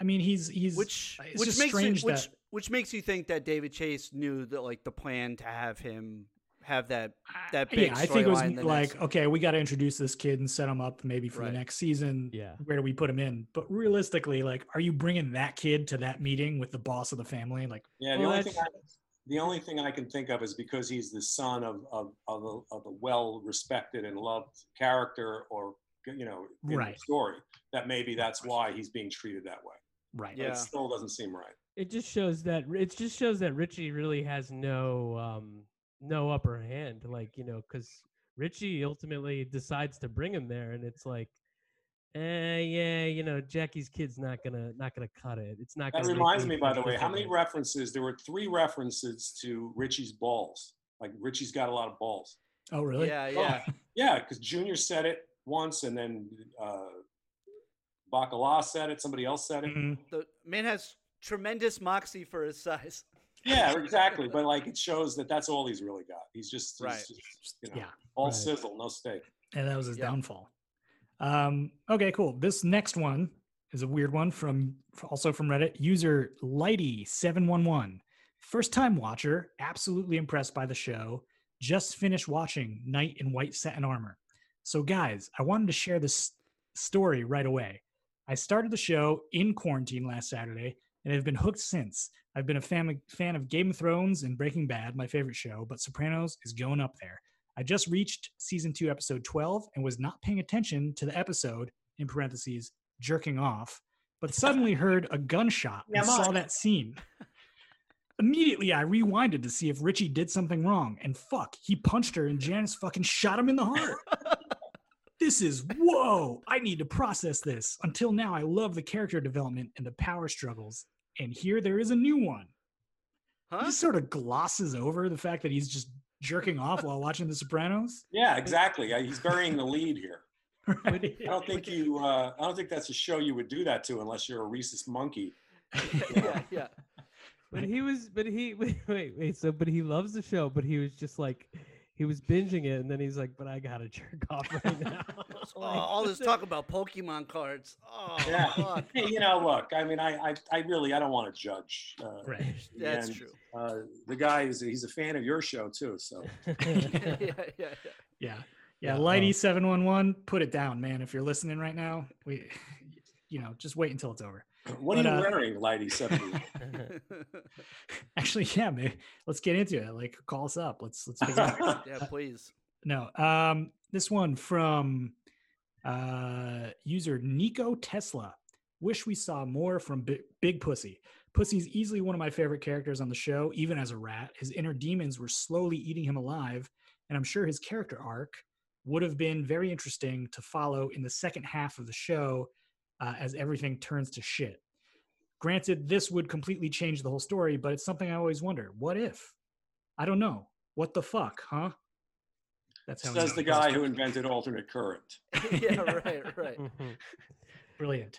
S4: I mean, he's he's
S3: which
S4: it's
S3: which
S4: just
S3: makes you,
S4: strange
S3: which
S4: that
S3: which makes you think that David Chase knew that like the plan to have him have that that big
S4: yeah, I think it was
S3: storyline the
S4: like
S3: next-
S4: okay, we got to introduce this kid and set him up maybe for
S3: Right.
S4: the next season.
S2: (laughs) Yeah.
S4: where do we put him in? But realistically, like, are you bringing that kid to that meeting with the boss of the family? Like,
S5: Yeah, the
S2: Well,
S5: only thing I, the only thing I can think of is because he's the son of of of a, of a well-respected and loved character, or you know, in
S4: Right.
S5: the story that maybe that's why he's being treated that way.
S4: right?
S5: But
S3: Yeah.
S5: It still doesn't seem right.
S2: It just shows that it just shows that Richie really has no um no upper hand, like you know, because Richie ultimately decides to bring him there, and it's like, eh, yeah, you know, Jackie's kid's not gonna not gonna cut it. It's not.
S5: That
S2: gonna make
S5: reminds me,
S2: anything
S5: by the way, how many
S2: differently.
S5: references? There were three references to Richie's balls. Like Richie's got a lot of balls.
S4: Oh, really?
S3: yeah Uh, yeah
S5: (laughs) Yeah, because Junior said it once, and then uh, Bacala said it. Somebody else said it.
S4: Mhm.
S3: the man has tremendous moxie for his size.
S5: Yeah, exactly. But like, it shows that that's all he's really got. He's just, he's
S3: Right.
S5: just, you know,
S4: Yeah.
S5: all
S2: Right.
S5: sizzle, no steak.
S4: and that was his
S3: Yeah.
S4: downfall. Um, okay, cool. This next one is a weird one from also from Reddit user Lighty seven one one. First time watcher, absolutely impressed by the show. Just finished watching Knight in White Satin Armor. So, guys, I wanted to share this story right away. I started the show in quarantine last Saturday and have been hooked since. I've been a fan, fan of Game of Thrones and Breaking Bad, my favorite show, but Sopranos is going up there. I just reached season two, episode 12, and was not paying attention to the episode, in parentheses, jerking off, but suddenly heard a gunshot and saw that scene. (laughs) Immediately, I rewinded to see if Richie did something wrong, and fuck, he punched her and Janice fucking shot him in the heart. this is whoa, I need to process this. Until now, I love the character development and the power struggles, and here there is a new one he
S3: Huh?
S4: just sort of glosses over the fact that he's just jerking off while watching The Sopranos.
S5: Yeah, exactly. Uh, He's burying the lead here.
S4: (laughs) Right?
S3: (laughs)
S5: I don't think you. Uh, I don't think that's a show you would do that to unless you're a rhesus monkey.
S3: (laughs) yeah
S4: (laughs)
S3: yeah.
S2: But he was, but he (laughs) wait, wait, wait. So, but he loves the show, but he was just like, he was binging it, and then he's like, but I gotta (laughs) jerk off right now.
S3: Oh,
S2: Like,
S3: all this talk about Pokemon cards. Oh,
S5: Yeah.
S3: fuck.
S5: Hey, you know, look. I mean, I, I, I really, I don't want to judge. Uh,
S4: Right.
S3: that's
S5: and,
S3: true. (laughs)
S5: Uh, the guy is. He's a fan of your show too.
S4: (laughs)
S5: So
S3: yeah, (laughs)
S2: (laughs)
S3: yeah, yeah.
S4: Yeah.
S2: Yeah,
S4: Yeah.
S2: um,
S4: Lighty seven one one, put it down, man. If you're listening right now, we you know, just wait until it's over. (laughs)
S5: What are
S4: But,
S5: you
S4: uh,
S5: wearing, Lighty? Seventy.
S4: (laughs)
S3: (laughs)
S4: Actually, yeah, maybe let's get into it. Like call us up. Let's let's figure
S5: (laughs)
S4: out.
S3: yeah, please. (laughs)
S4: No. Um, this one from uh, user Nico Tesla. Wish we saw more from Bi- Big Pussy. Pussy's easily one of my favorite characters on the show, even as a rat. His inner demons were slowly eating him alive, and I'm sure his character arc would have been very interesting to follow in the second half of the show uh, as everything turns to shit. Granted, this would completely change the whole story, but it's something I always wonder what if? I don't know. What the fuck, huh? That's how he
S5: Says the
S4: posted
S5: guy who
S4: it.
S5: invented alternate current.
S3: Yeah, right, right.
S2: Mhm.
S4: Brilliant.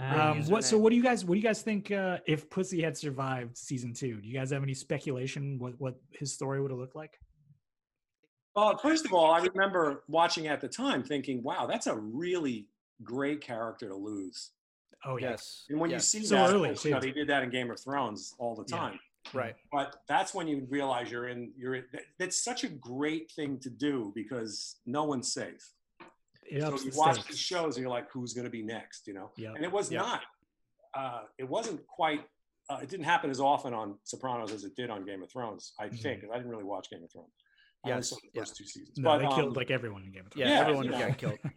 S2: Ah,
S4: Um,
S3: user
S4: what? So,
S3: name.
S4: what do you guys? What do you guys think? Uh, if Pussy had survived season two, do you guys have any speculation what what his story would have looked like?
S5: Well, first of all, I remember watching at the time, thinking, "Wow, that's a really great character to lose."
S4: Oh yeah.
S3: Yes.
S5: And when
S3: yes,
S5: you see
S4: So
S5: that,
S4: early,
S5: like, you know,
S4: too.
S5: they did that in Game of Thrones all the
S4: Yeah.
S5: time.
S3: right.
S5: But that's when you realize you're in. You're in, that- that's such a great thing to do because no one's safe.
S4: It
S5: so
S4: ups
S5: you
S4: the
S5: watch
S4: stakes.
S5: the shows and you're like, "Who's going to be next?" You know.
S4: Yeah.
S5: And it was
S3: Yeah.
S5: not. Uh, it wasn't quite. Uh, it didn't happen as often on Sopranos as it did on Game of Thrones. I
S4: Mhm.
S5: think 'cause I didn't really watch Game of Thrones. I only
S3: Yes,
S5: saw the
S3: yeah.
S5: first two seasons.
S4: No,
S5: but,
S4: they
S5: um,
S4: killed like everyone in Game of Thrones.
S3: Yeah,
S5: Yeah,
S3: everyone
S5: yeah.
S3: got
S4: (laughs)
S3: killed.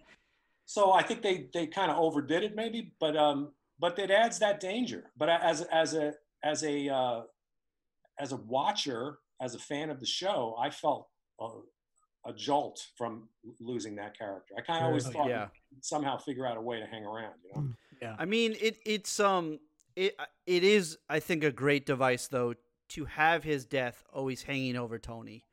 S5: So I think they they kind of overdid it maybe, but um, but it adds that danger. But a- as as a as a uh, as a watcher, as a fan of the show, I felt a, a jolt from l- losing that character. I kind of always
S4: Oh, Hmm.
S5: thought
S3: yeah.
S5: we'd somehow figure out a way to hang around. You know,
S4: Yeah.
S3: I mean, it it's um it it is I think a great device though to have his death always hanging over Tony.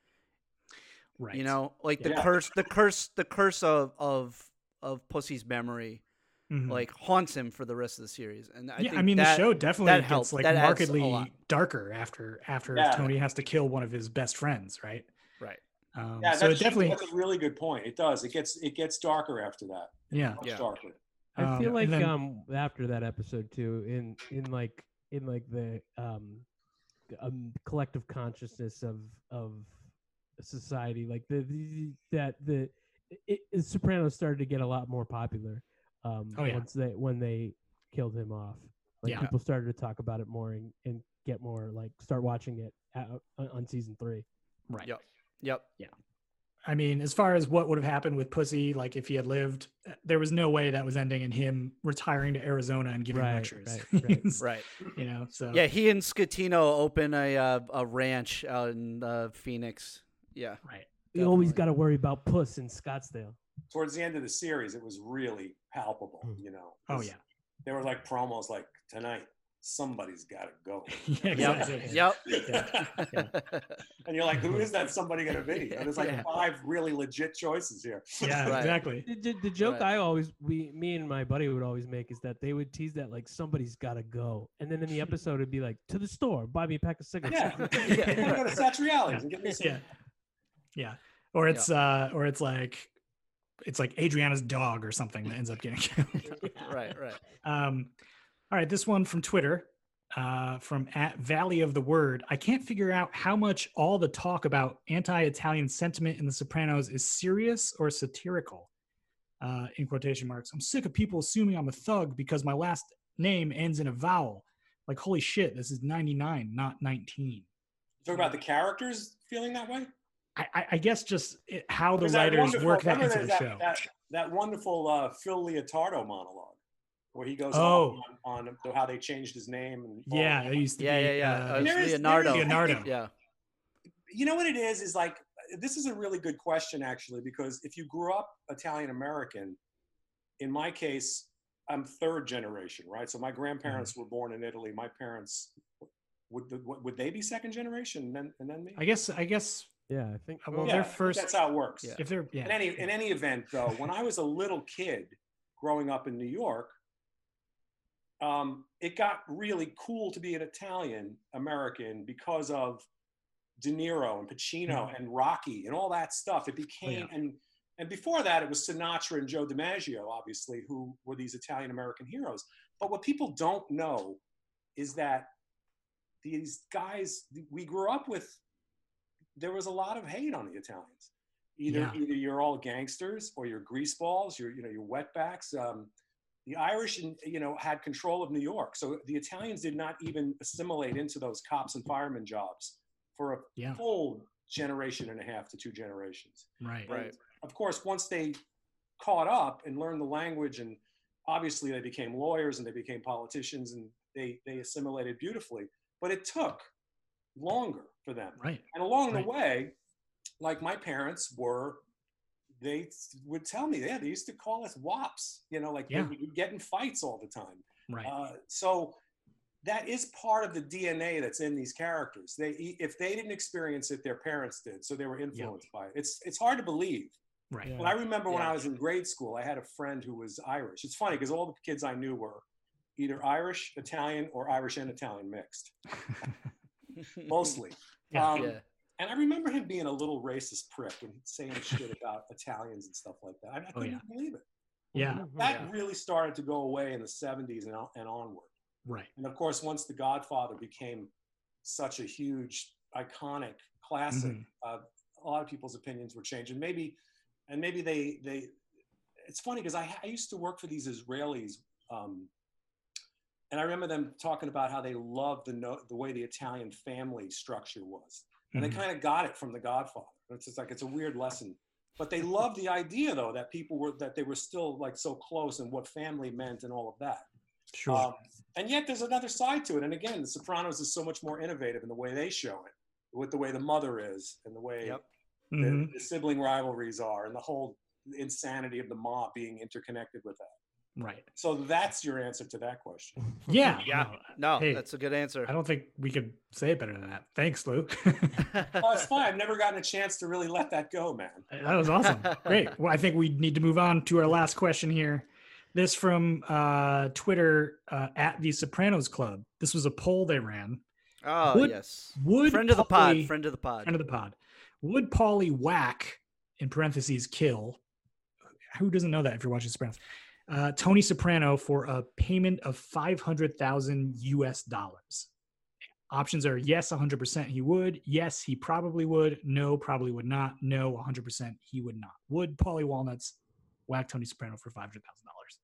S4: Right.
S3: You know, like the
S5: Yeah.
S3: curse, the curse, the curse of of of Pussy's memory
S4: Mhm.
S3: like haunts him for the rest of the series. And I
S4: yeah,
S3: think
S4: I mean
S3: that,
S4: the show definitely
S3: that
S4: gets
S3: helped.
S4: like
S3: That adds a lot.
S4: markedly darker after after
S5: Yeah.
S4: Tony has to kill one of his best friends, right?
S3: Right.
S4: Um,
S5: Yeah,
S4: so
S5: that's,
S4: it definitely,
S5: that's a really good point. It does. It gets it gets darker after that.
S4: yeah.
S5: Much
S3: Yeah.
S5: darker.
S2: I feel
S4: Um,
S2: like
S4: and then-
S2: um after that episode too, in in like in like the um, um collective consciousness of of society, like the, the that the it, it, Sopranos started to get a lot more popular. Um,
S4: Oh, yeah.
S2: once they when they killed him off, like
S4: Yeah.
S2: people started to talk about it more and, and get more like start watching it out, on, on season three.
S4: Right.
S3: Yep. Yep.
S4: I mean, as far as what would have happened with Pussy, like if he had lived, uh, there was no way that was ending in him retiring to Arizona and giving
S2: Right,
S4: lectures. (laughs)
S2: right, right,
S3: Right.
S4: You know, so
S3: Yeah. He and Scatino open a uh, a ranch out in uh, Phoenix. Yeah.
S4: right.
S2: You always
S3: Definitely.
S2: got to worry about Puss in Scottsdale.
S5: Towards the end of the series, it was really palpable.
S2: Mm.
S5: You know.
S4: Oh
S5: 'cause (laughs)
S4: yeah,
S5: There were like promos like tonight. Somebody's got to go.
S4: (laughs) yeah, exactly.
S3: Yep.
S5: (laughs)
S3: (laughs)
S5: and you're like, who is that somebody going to be? And there's like
S3: Yeah.
S5: five really legit choices here.
S4: yeah,
S3: Right.
S4: exactly.
S2: The, the, the joke
S3: Right.
S2: I always we me and my buddy would always make is that they would tease that like somebody's got to go, and then in
S5: (laughs)
S2: the episode it'd be like to the store, buy me a pack of
S4: (laughs)
S2: cigarettes.
S5: (laughs)
S2: (laughs)
S5: Yeah. (laughs) I'm going to go to Satriali's and get me some.
S4: yeah yeah or it's uh or it's like it's like adriana's dog or something that ends up getting (laughs) killed
S3: Right. Right.
S4: um all right this one from twitter uh from at valley of the word i can't figure out how much all the talk about anti-italian sentiment in the sopranos is serious or satirical uh in quotation marks i'm sick of people assuming i'm a thug because my last name ends in a vowel like holy shit this is 99 not 19
S5: Talk about the characters feeling that way.
S4: I, I- I guess just it, how the
S5: There's that
S4: writers
S5: wonderful-
S4: work that
S5: remember
S4: into the
S5: there's
S4: show.
S5: That, that wonderful uh, Phil Leotardo monologue, where he goes
S4: Oh.
S5: on, on on how they changed his name. And all
S4: yeah,
S5: that.
S4: it used to
S3: Yeah.
S4: be.
S3: Yeah. Yeah.
S4: uh,
S3: Uh,
S5: There is- there is-
S3: Leonardo.
S4: Leonardo.
S3: Yeah.
S5: you know what it is is like this is a really good question actually because if you grew up Italian American, in my case, I'm third generation, right? So my grandparents
S4: Mm-hmm.
S5: were born in Italy. My parents would the- would they be second generation and then and then me?
S4: I guess. I guess.
S2: yeah, I think.
S4: Uh, well,
S5: Yeah,
S4: they're
S5: I think
S4: first.
S5: That's how it works.
S3: Yeah.
S4: If they're yeah,
S5: In any in any event, though, when I was a little kid growing up in New York, um, it got really cool to be an Italian American because of De Niro and Pacino and Rocky and all that stuff. It became and and before that, it was Sinatra and Joe DiMaggio, obviously, who were these Italian American heroes. But what people don't know is that these guys we grew up with, there was a lot of hate on the Italians. Either
S4: Yeah.
S5: either you're all gangsters or you're greaseballs, you're you know you're wetbacks. Um, the Irish, in- you know, had control of New York, so the Italians did not even assimilate into those cops and firemen jobs for a
S4: yeah,
S5: full generation and a half to two generations.
S4: right,
S3: Right.
S5: And Of course, once they caught up and learned the language, and obviously they became lawyers and they became politicians and they, they assimilated beautifully. But it took longer for them.
S4: right.
S5: And along
S4: Right.
S5: the way, like my parents were, they would tell me, yeah, they used to call us wops, you know, like
S4: Yeah.
S5: we would get in fights all the time.
S4: Right.
S5: Uh, so that is part of the DNA that's in these characters. They, e, if they didn't experience it, their parents did, so they were influenced by it. It's it's hard to believe.
S4: right.
S2: yeah.
S5: But I remember when
S3: Yeah.
S5: I was in grade school, I had a friend who was Irish. It's funny because all the kids I knew were either Irish, Italian, or Irish and Italian mixed, mostly.
S4: Yeah.
S5: Um,
S3: yeah.
S5: And I remember him being a little racist prick and saying shit about Italians and stuff like that. I, I
S4: Oh,
S5: couldn't
S4: yeah.
S5: believe it.
S4: Yeah.
S2: Oh,
S5: That
S3: Yeah.
S5: really started to go away in the 70s and, on- and onward.
S4: Right.
S5: And of course, once The Godfather became such a huge, iconic classic,
S4: Mhm.
S5: uh, a lot of people's opinions were changing. Maybe, and maybe they they. It's funny because I, I used to work for these Israelis, um, and I remember them talking about how they loved the no, the way the Italian family structure was, and
S4: Mhm.
S5: they kind of got it from The Godfather. It's just like it's a weird lesson. But they loved the idea, though, that people were that they were still like so close and what family meant and all of that.
S4: Sure.
S5: Um, and yet there's another side to it. And again, The Sopranos is so much more innovative in the way they show it, with the way the mother is and the way
S3: Yep.
S5: the,
S4: Mhm.
S5: the sibling rivalries are and the whole insanity of the mob being interconnected with that.
S4: Right.
S5: So that's your answer to that question.
S4: Yeah.
S3: Yeah.
S4: no,
S3: No,
S4: Hey,
S3: that's a good answer.
S4: (laughs) I don't think we could say it better than that. Thanks, Luke. (laughs)
S5: Oh, it's fine. I've never gotten a chance to really let that go, man.
S4: that was awesome. Great. Well, I think we need to move on to our last question here. This from uh, Twitter uh, at the Sopranos Club. This was a poll they ran.
S3: (laughs) Oh
S4: Would-
S3: yes,
S4: Would
S3: friend of the pod,
S4: Pauly-
S3: friend of the pod.
S4: friend of the pod. Would Paulie whack in parentheses kill? Who doesn't know that if you're watching Sopranos? Uh, Tony Soprano for a payment of five hundred thousand U.S. dollars. Options are yes, one hundred percent he would. Yes, he probably would. No, probably would not. No, one hundred percent he would not. Would Paulie Walnuts whack Tony Soprano for five hundred thousand dollars?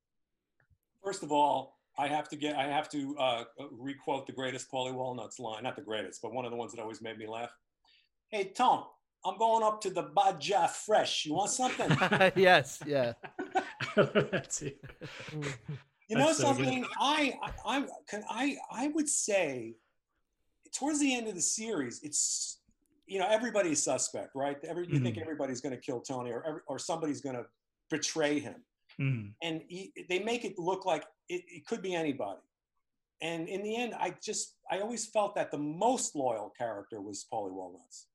S5: First of all, I have to get I have to uh, requote the greatest Paulie Walnuts line, not the greatest, but one of the ones that always made me laugh. Hey Tom, I'm going up to the Baja Fresh. You
S3: (laughs)
S5: want something?
S3: yes, yeah.
S4: (laughs) That's it.
S2: Mm.
S4: (laughs)
S5: You know
S4: That's so good.
S5: something? I I I- can I I would say towards the end of the series, it's you know everybody's suspect, right? Every you think
S4: Mhm.
S5: everybody's going to kill Tony or every, or somebody's going to betray him.
S4: Mm.
S5: and he, they make it look like it, it could be anybody. And in the end, I just I always felt that the most loyal character was Paulie Walnuts.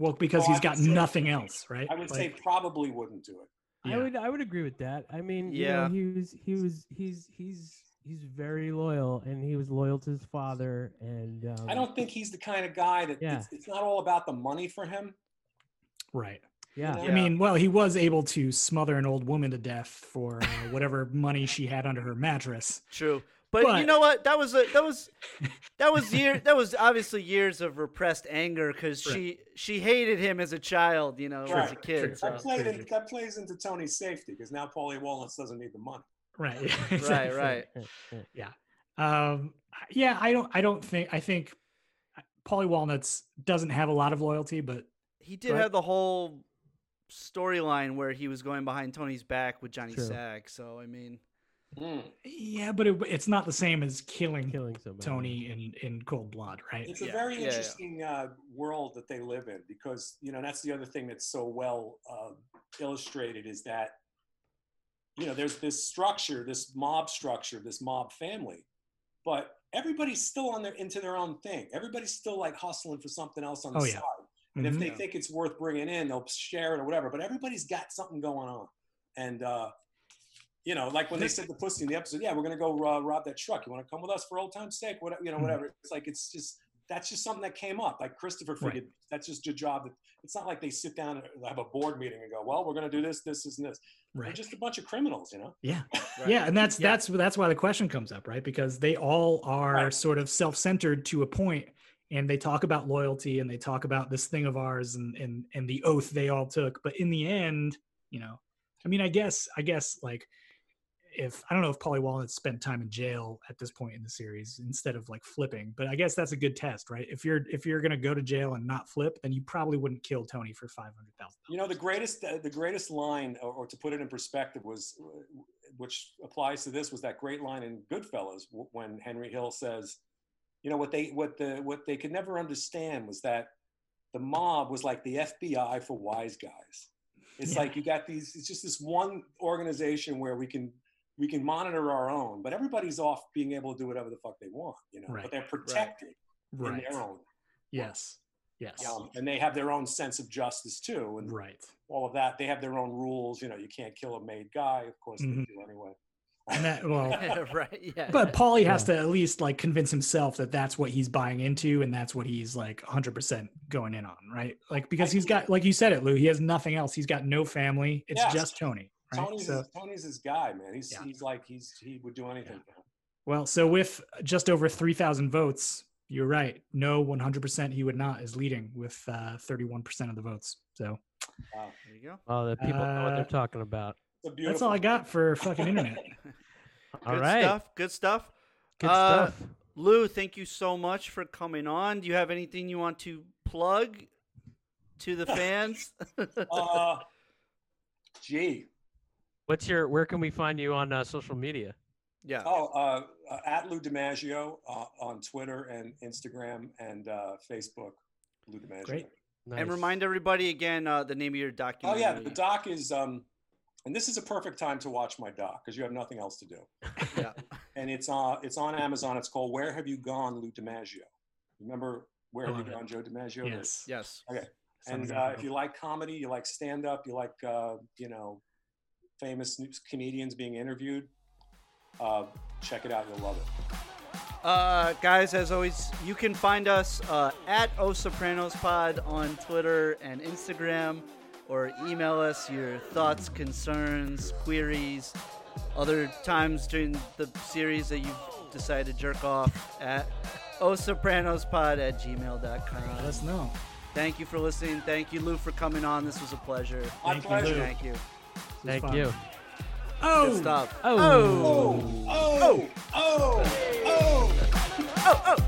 S4: Well, because
S5: Well, I
S4: he's got
S5: would say-
S4: nothing else, right?
S5: I would say
S4: Like,
S5: probably wouldn't do it.
S4: yeah.
S2: I would I would agree with that. I mean, yeah, you
S3: Yeah.
S2: know, he was he was he's he's he's very loyal, and he was loyal to his father. And um,
S4: Mm.
S5: I don't think he's the kind of guy that
S2: Yeah.
S5: it's, it's not all about the money for him.
S4: right.
S2: Yeah,
S5: know?
S4: I mean, well, he was able to smother an old woman to death for uh, whatever money she had under her mattress.
S3: True. But,
S4: But-
S3: you know what? That was a that
S4: (laughs)
S3: was that was year that was obviously years of repressed anger because she she hated him as a child, you know, as a
S5: Right.
S3: kid.
S4: True.
S5: That,
S3: So.
S4: Sounds
S5: played
S4: pretty (laughs)
S5: in, that plays into Tony's safety because now Paulie Walnuts doesn't need the money.
S4: Right. (laughs)
S3: Right,
S4: exactly.
S3: right.
S2: Eh,
S4: Um, yeah, I don't. I don't think. I think uh, Polly Walnuts doesn't have a lot of loyalty, but
S3: He did
S4: Right.
S3: have the whole storyline where he was going behind Tony's back with Johnny
S2: True.
S3: Sack. So I mean, Mm.
S4: yeah, but it, it's not the same as killing,
S2: killing somebody.
S4: Tony in in cold blood, right?
S5: It's a
S3: Yeah,
S5: very
S3: yeah, yeah.
S5: interesting Uh, world that they live in because you know that's the other thing that's so well uh, illustrated is that you know there's this structure, this mob structure, this mob family, but everybody's still on their into their own thing. Everybody's still like hustling for something else on the
S4: Oh, yeah.
S5: side. And if
S4: Mhm.
S5: they think it's worth bringing in, they'll share it or whatever. But everybody's got something going on, and uh, you know, like when they said the pussy in the episode, yeah, we're gonna go uh, rob that truck. You want to come with us for old time's sake? What you know,
S4: Mhm.
S5: whatever. It's like it's just that's just something that came up. Like Christopher
S4: Right.
S5: figured that's just a job. That, it's not like they sit down and have a board meeting and go, well, we're gonna do this, this, this, and this. They're
S4: Right.
S5: just a bunch of criminals, you know.
S4: Yeah.
S3: right.
S4: Yeah, and that's
S3: Yeah.
S4: that's that's why the question comes up, right? Because they all are
S5: Right.
S4: sort of self-centered to a point, and they talk about loyalty and they talk about this thing of ours and and and the oath they all took. But in the end, you know, I mean, I guess I guess like if I don't know if Polly Walnut spent time in jail at this point in the series instead of like flipping, but I guess that's a good test, right? If you're if you're gonna go to jail and not flip, then you probably wouldn't kill Tony for five hundred thousand.
S5: You know, the greatest uh, the greatest line, or, or to put it in perspective, was uh, which applies to this was that great line in Goodfellas w- when Henry Hill says, you know, what they what the what they could never understand was that the mob was like the FBI for wise guys. It's
S4: Yeah.
S5: like you got these. It's just this one organization where we can we can monitor our own, but everybody's off being able to do whatever the fuck they want, you know.
S4: Right.
S5: But they're protected in
S4: Right.
S5: their own,
S4: Yes. Yes.
S5: um, and they have their own sense of justice too. And
S4: Right.
S5: all of that. They have their own rules. You know, you can't kill a made guy. Of course,
S4: Mhm.
S5: they do anyway.
S4: And that
S5: (laughs)
S4: well
S3: (laughs) right. Yeah.
S4: But Paulie has to at least like convince himself that that's what he's buying into and that's what he's like 100% going in on, right? Like because he's got like you said it, Lou, he has nothing else. He's got no family. It's
S5: Yeah.
S4: just Tony, right?
S5: Tony's
S4: so
S5: his, Tony's his guy, man. He's
S4: Yeah.
S5: he's like he's he would do anything. for him.
S4: well, so with just over 3,000 votes, you're right. No, 100% he would not is leading with uh, 31% of the votes. So
S3: there you go.
S2: Oh, the people know what
S4: Uh,
S2: they're talking about.
S5: It's a beautiful.
S4: that's all I got for
S5: (laughs)
S4: fucking internet.
S2: All
S3: good
S2: right,
S3: stuff. Good stuff.
S2: good
S3: Uh,
S2: stuff.
S3: Lou, thank you so much for coming on. Do you have anything you want to plug to the
S5: (laughs)
S3: fans?
S5: Uh, gee,
S2: What's your? Where can we find you on uh, social media?
S3: yeah.
S5: oh, uh, uh, at Lou DiMaggio uh, on Twitter and Instagram and uh, Facebook. Lou DiMaggio.
S4: Great.
S3: And
S2: Nice.
S3: remind everybody again uh, the name of your
S5: Oh
S3: documentary.
S5: yeah, the doc is. Um, and this is a perfect time to watch my doc because you have nothing else to do.
S3: Yeah.
S5: and it's uh it's on Amazon. It's called Where Have You Gone, Lou DiMaggio. Remember Where
S4: I
S5: Have You
S4: love it.
S5: Gone, Joe DiMaggio?
S4: yes.
S3: Yes.
S4: Sounds
S5: And uh,
S4: like-
S5: if you like comedy, you like stand up, you like uh, you know famous news- comedians being interviewed, Uh, check it out. You'll love it.
S3: Uh, guys, as always, you can find us uh, at O Sopranos Pod on Twitter and Instagram, or email us your thoughts, concerns, queries, other times during the series that you've decided to jerk off at osopranospod at
S4: Let
S3: gmail.com.
S4: us know.
S3: Thank you for listening. Thank you, Lou, for coming on. This was a pleasure.
S5: My
S4: Thank you,
S5: pleasure.
S4: Lou.
S3: Thank you.
S4: This was
S2: Thank
S4: fun.
S2: you.
S4: Oh,
S3: Good stuff.
S2: Oh.
S5: Oh, oh, oh, oh.
S3: oh, oh.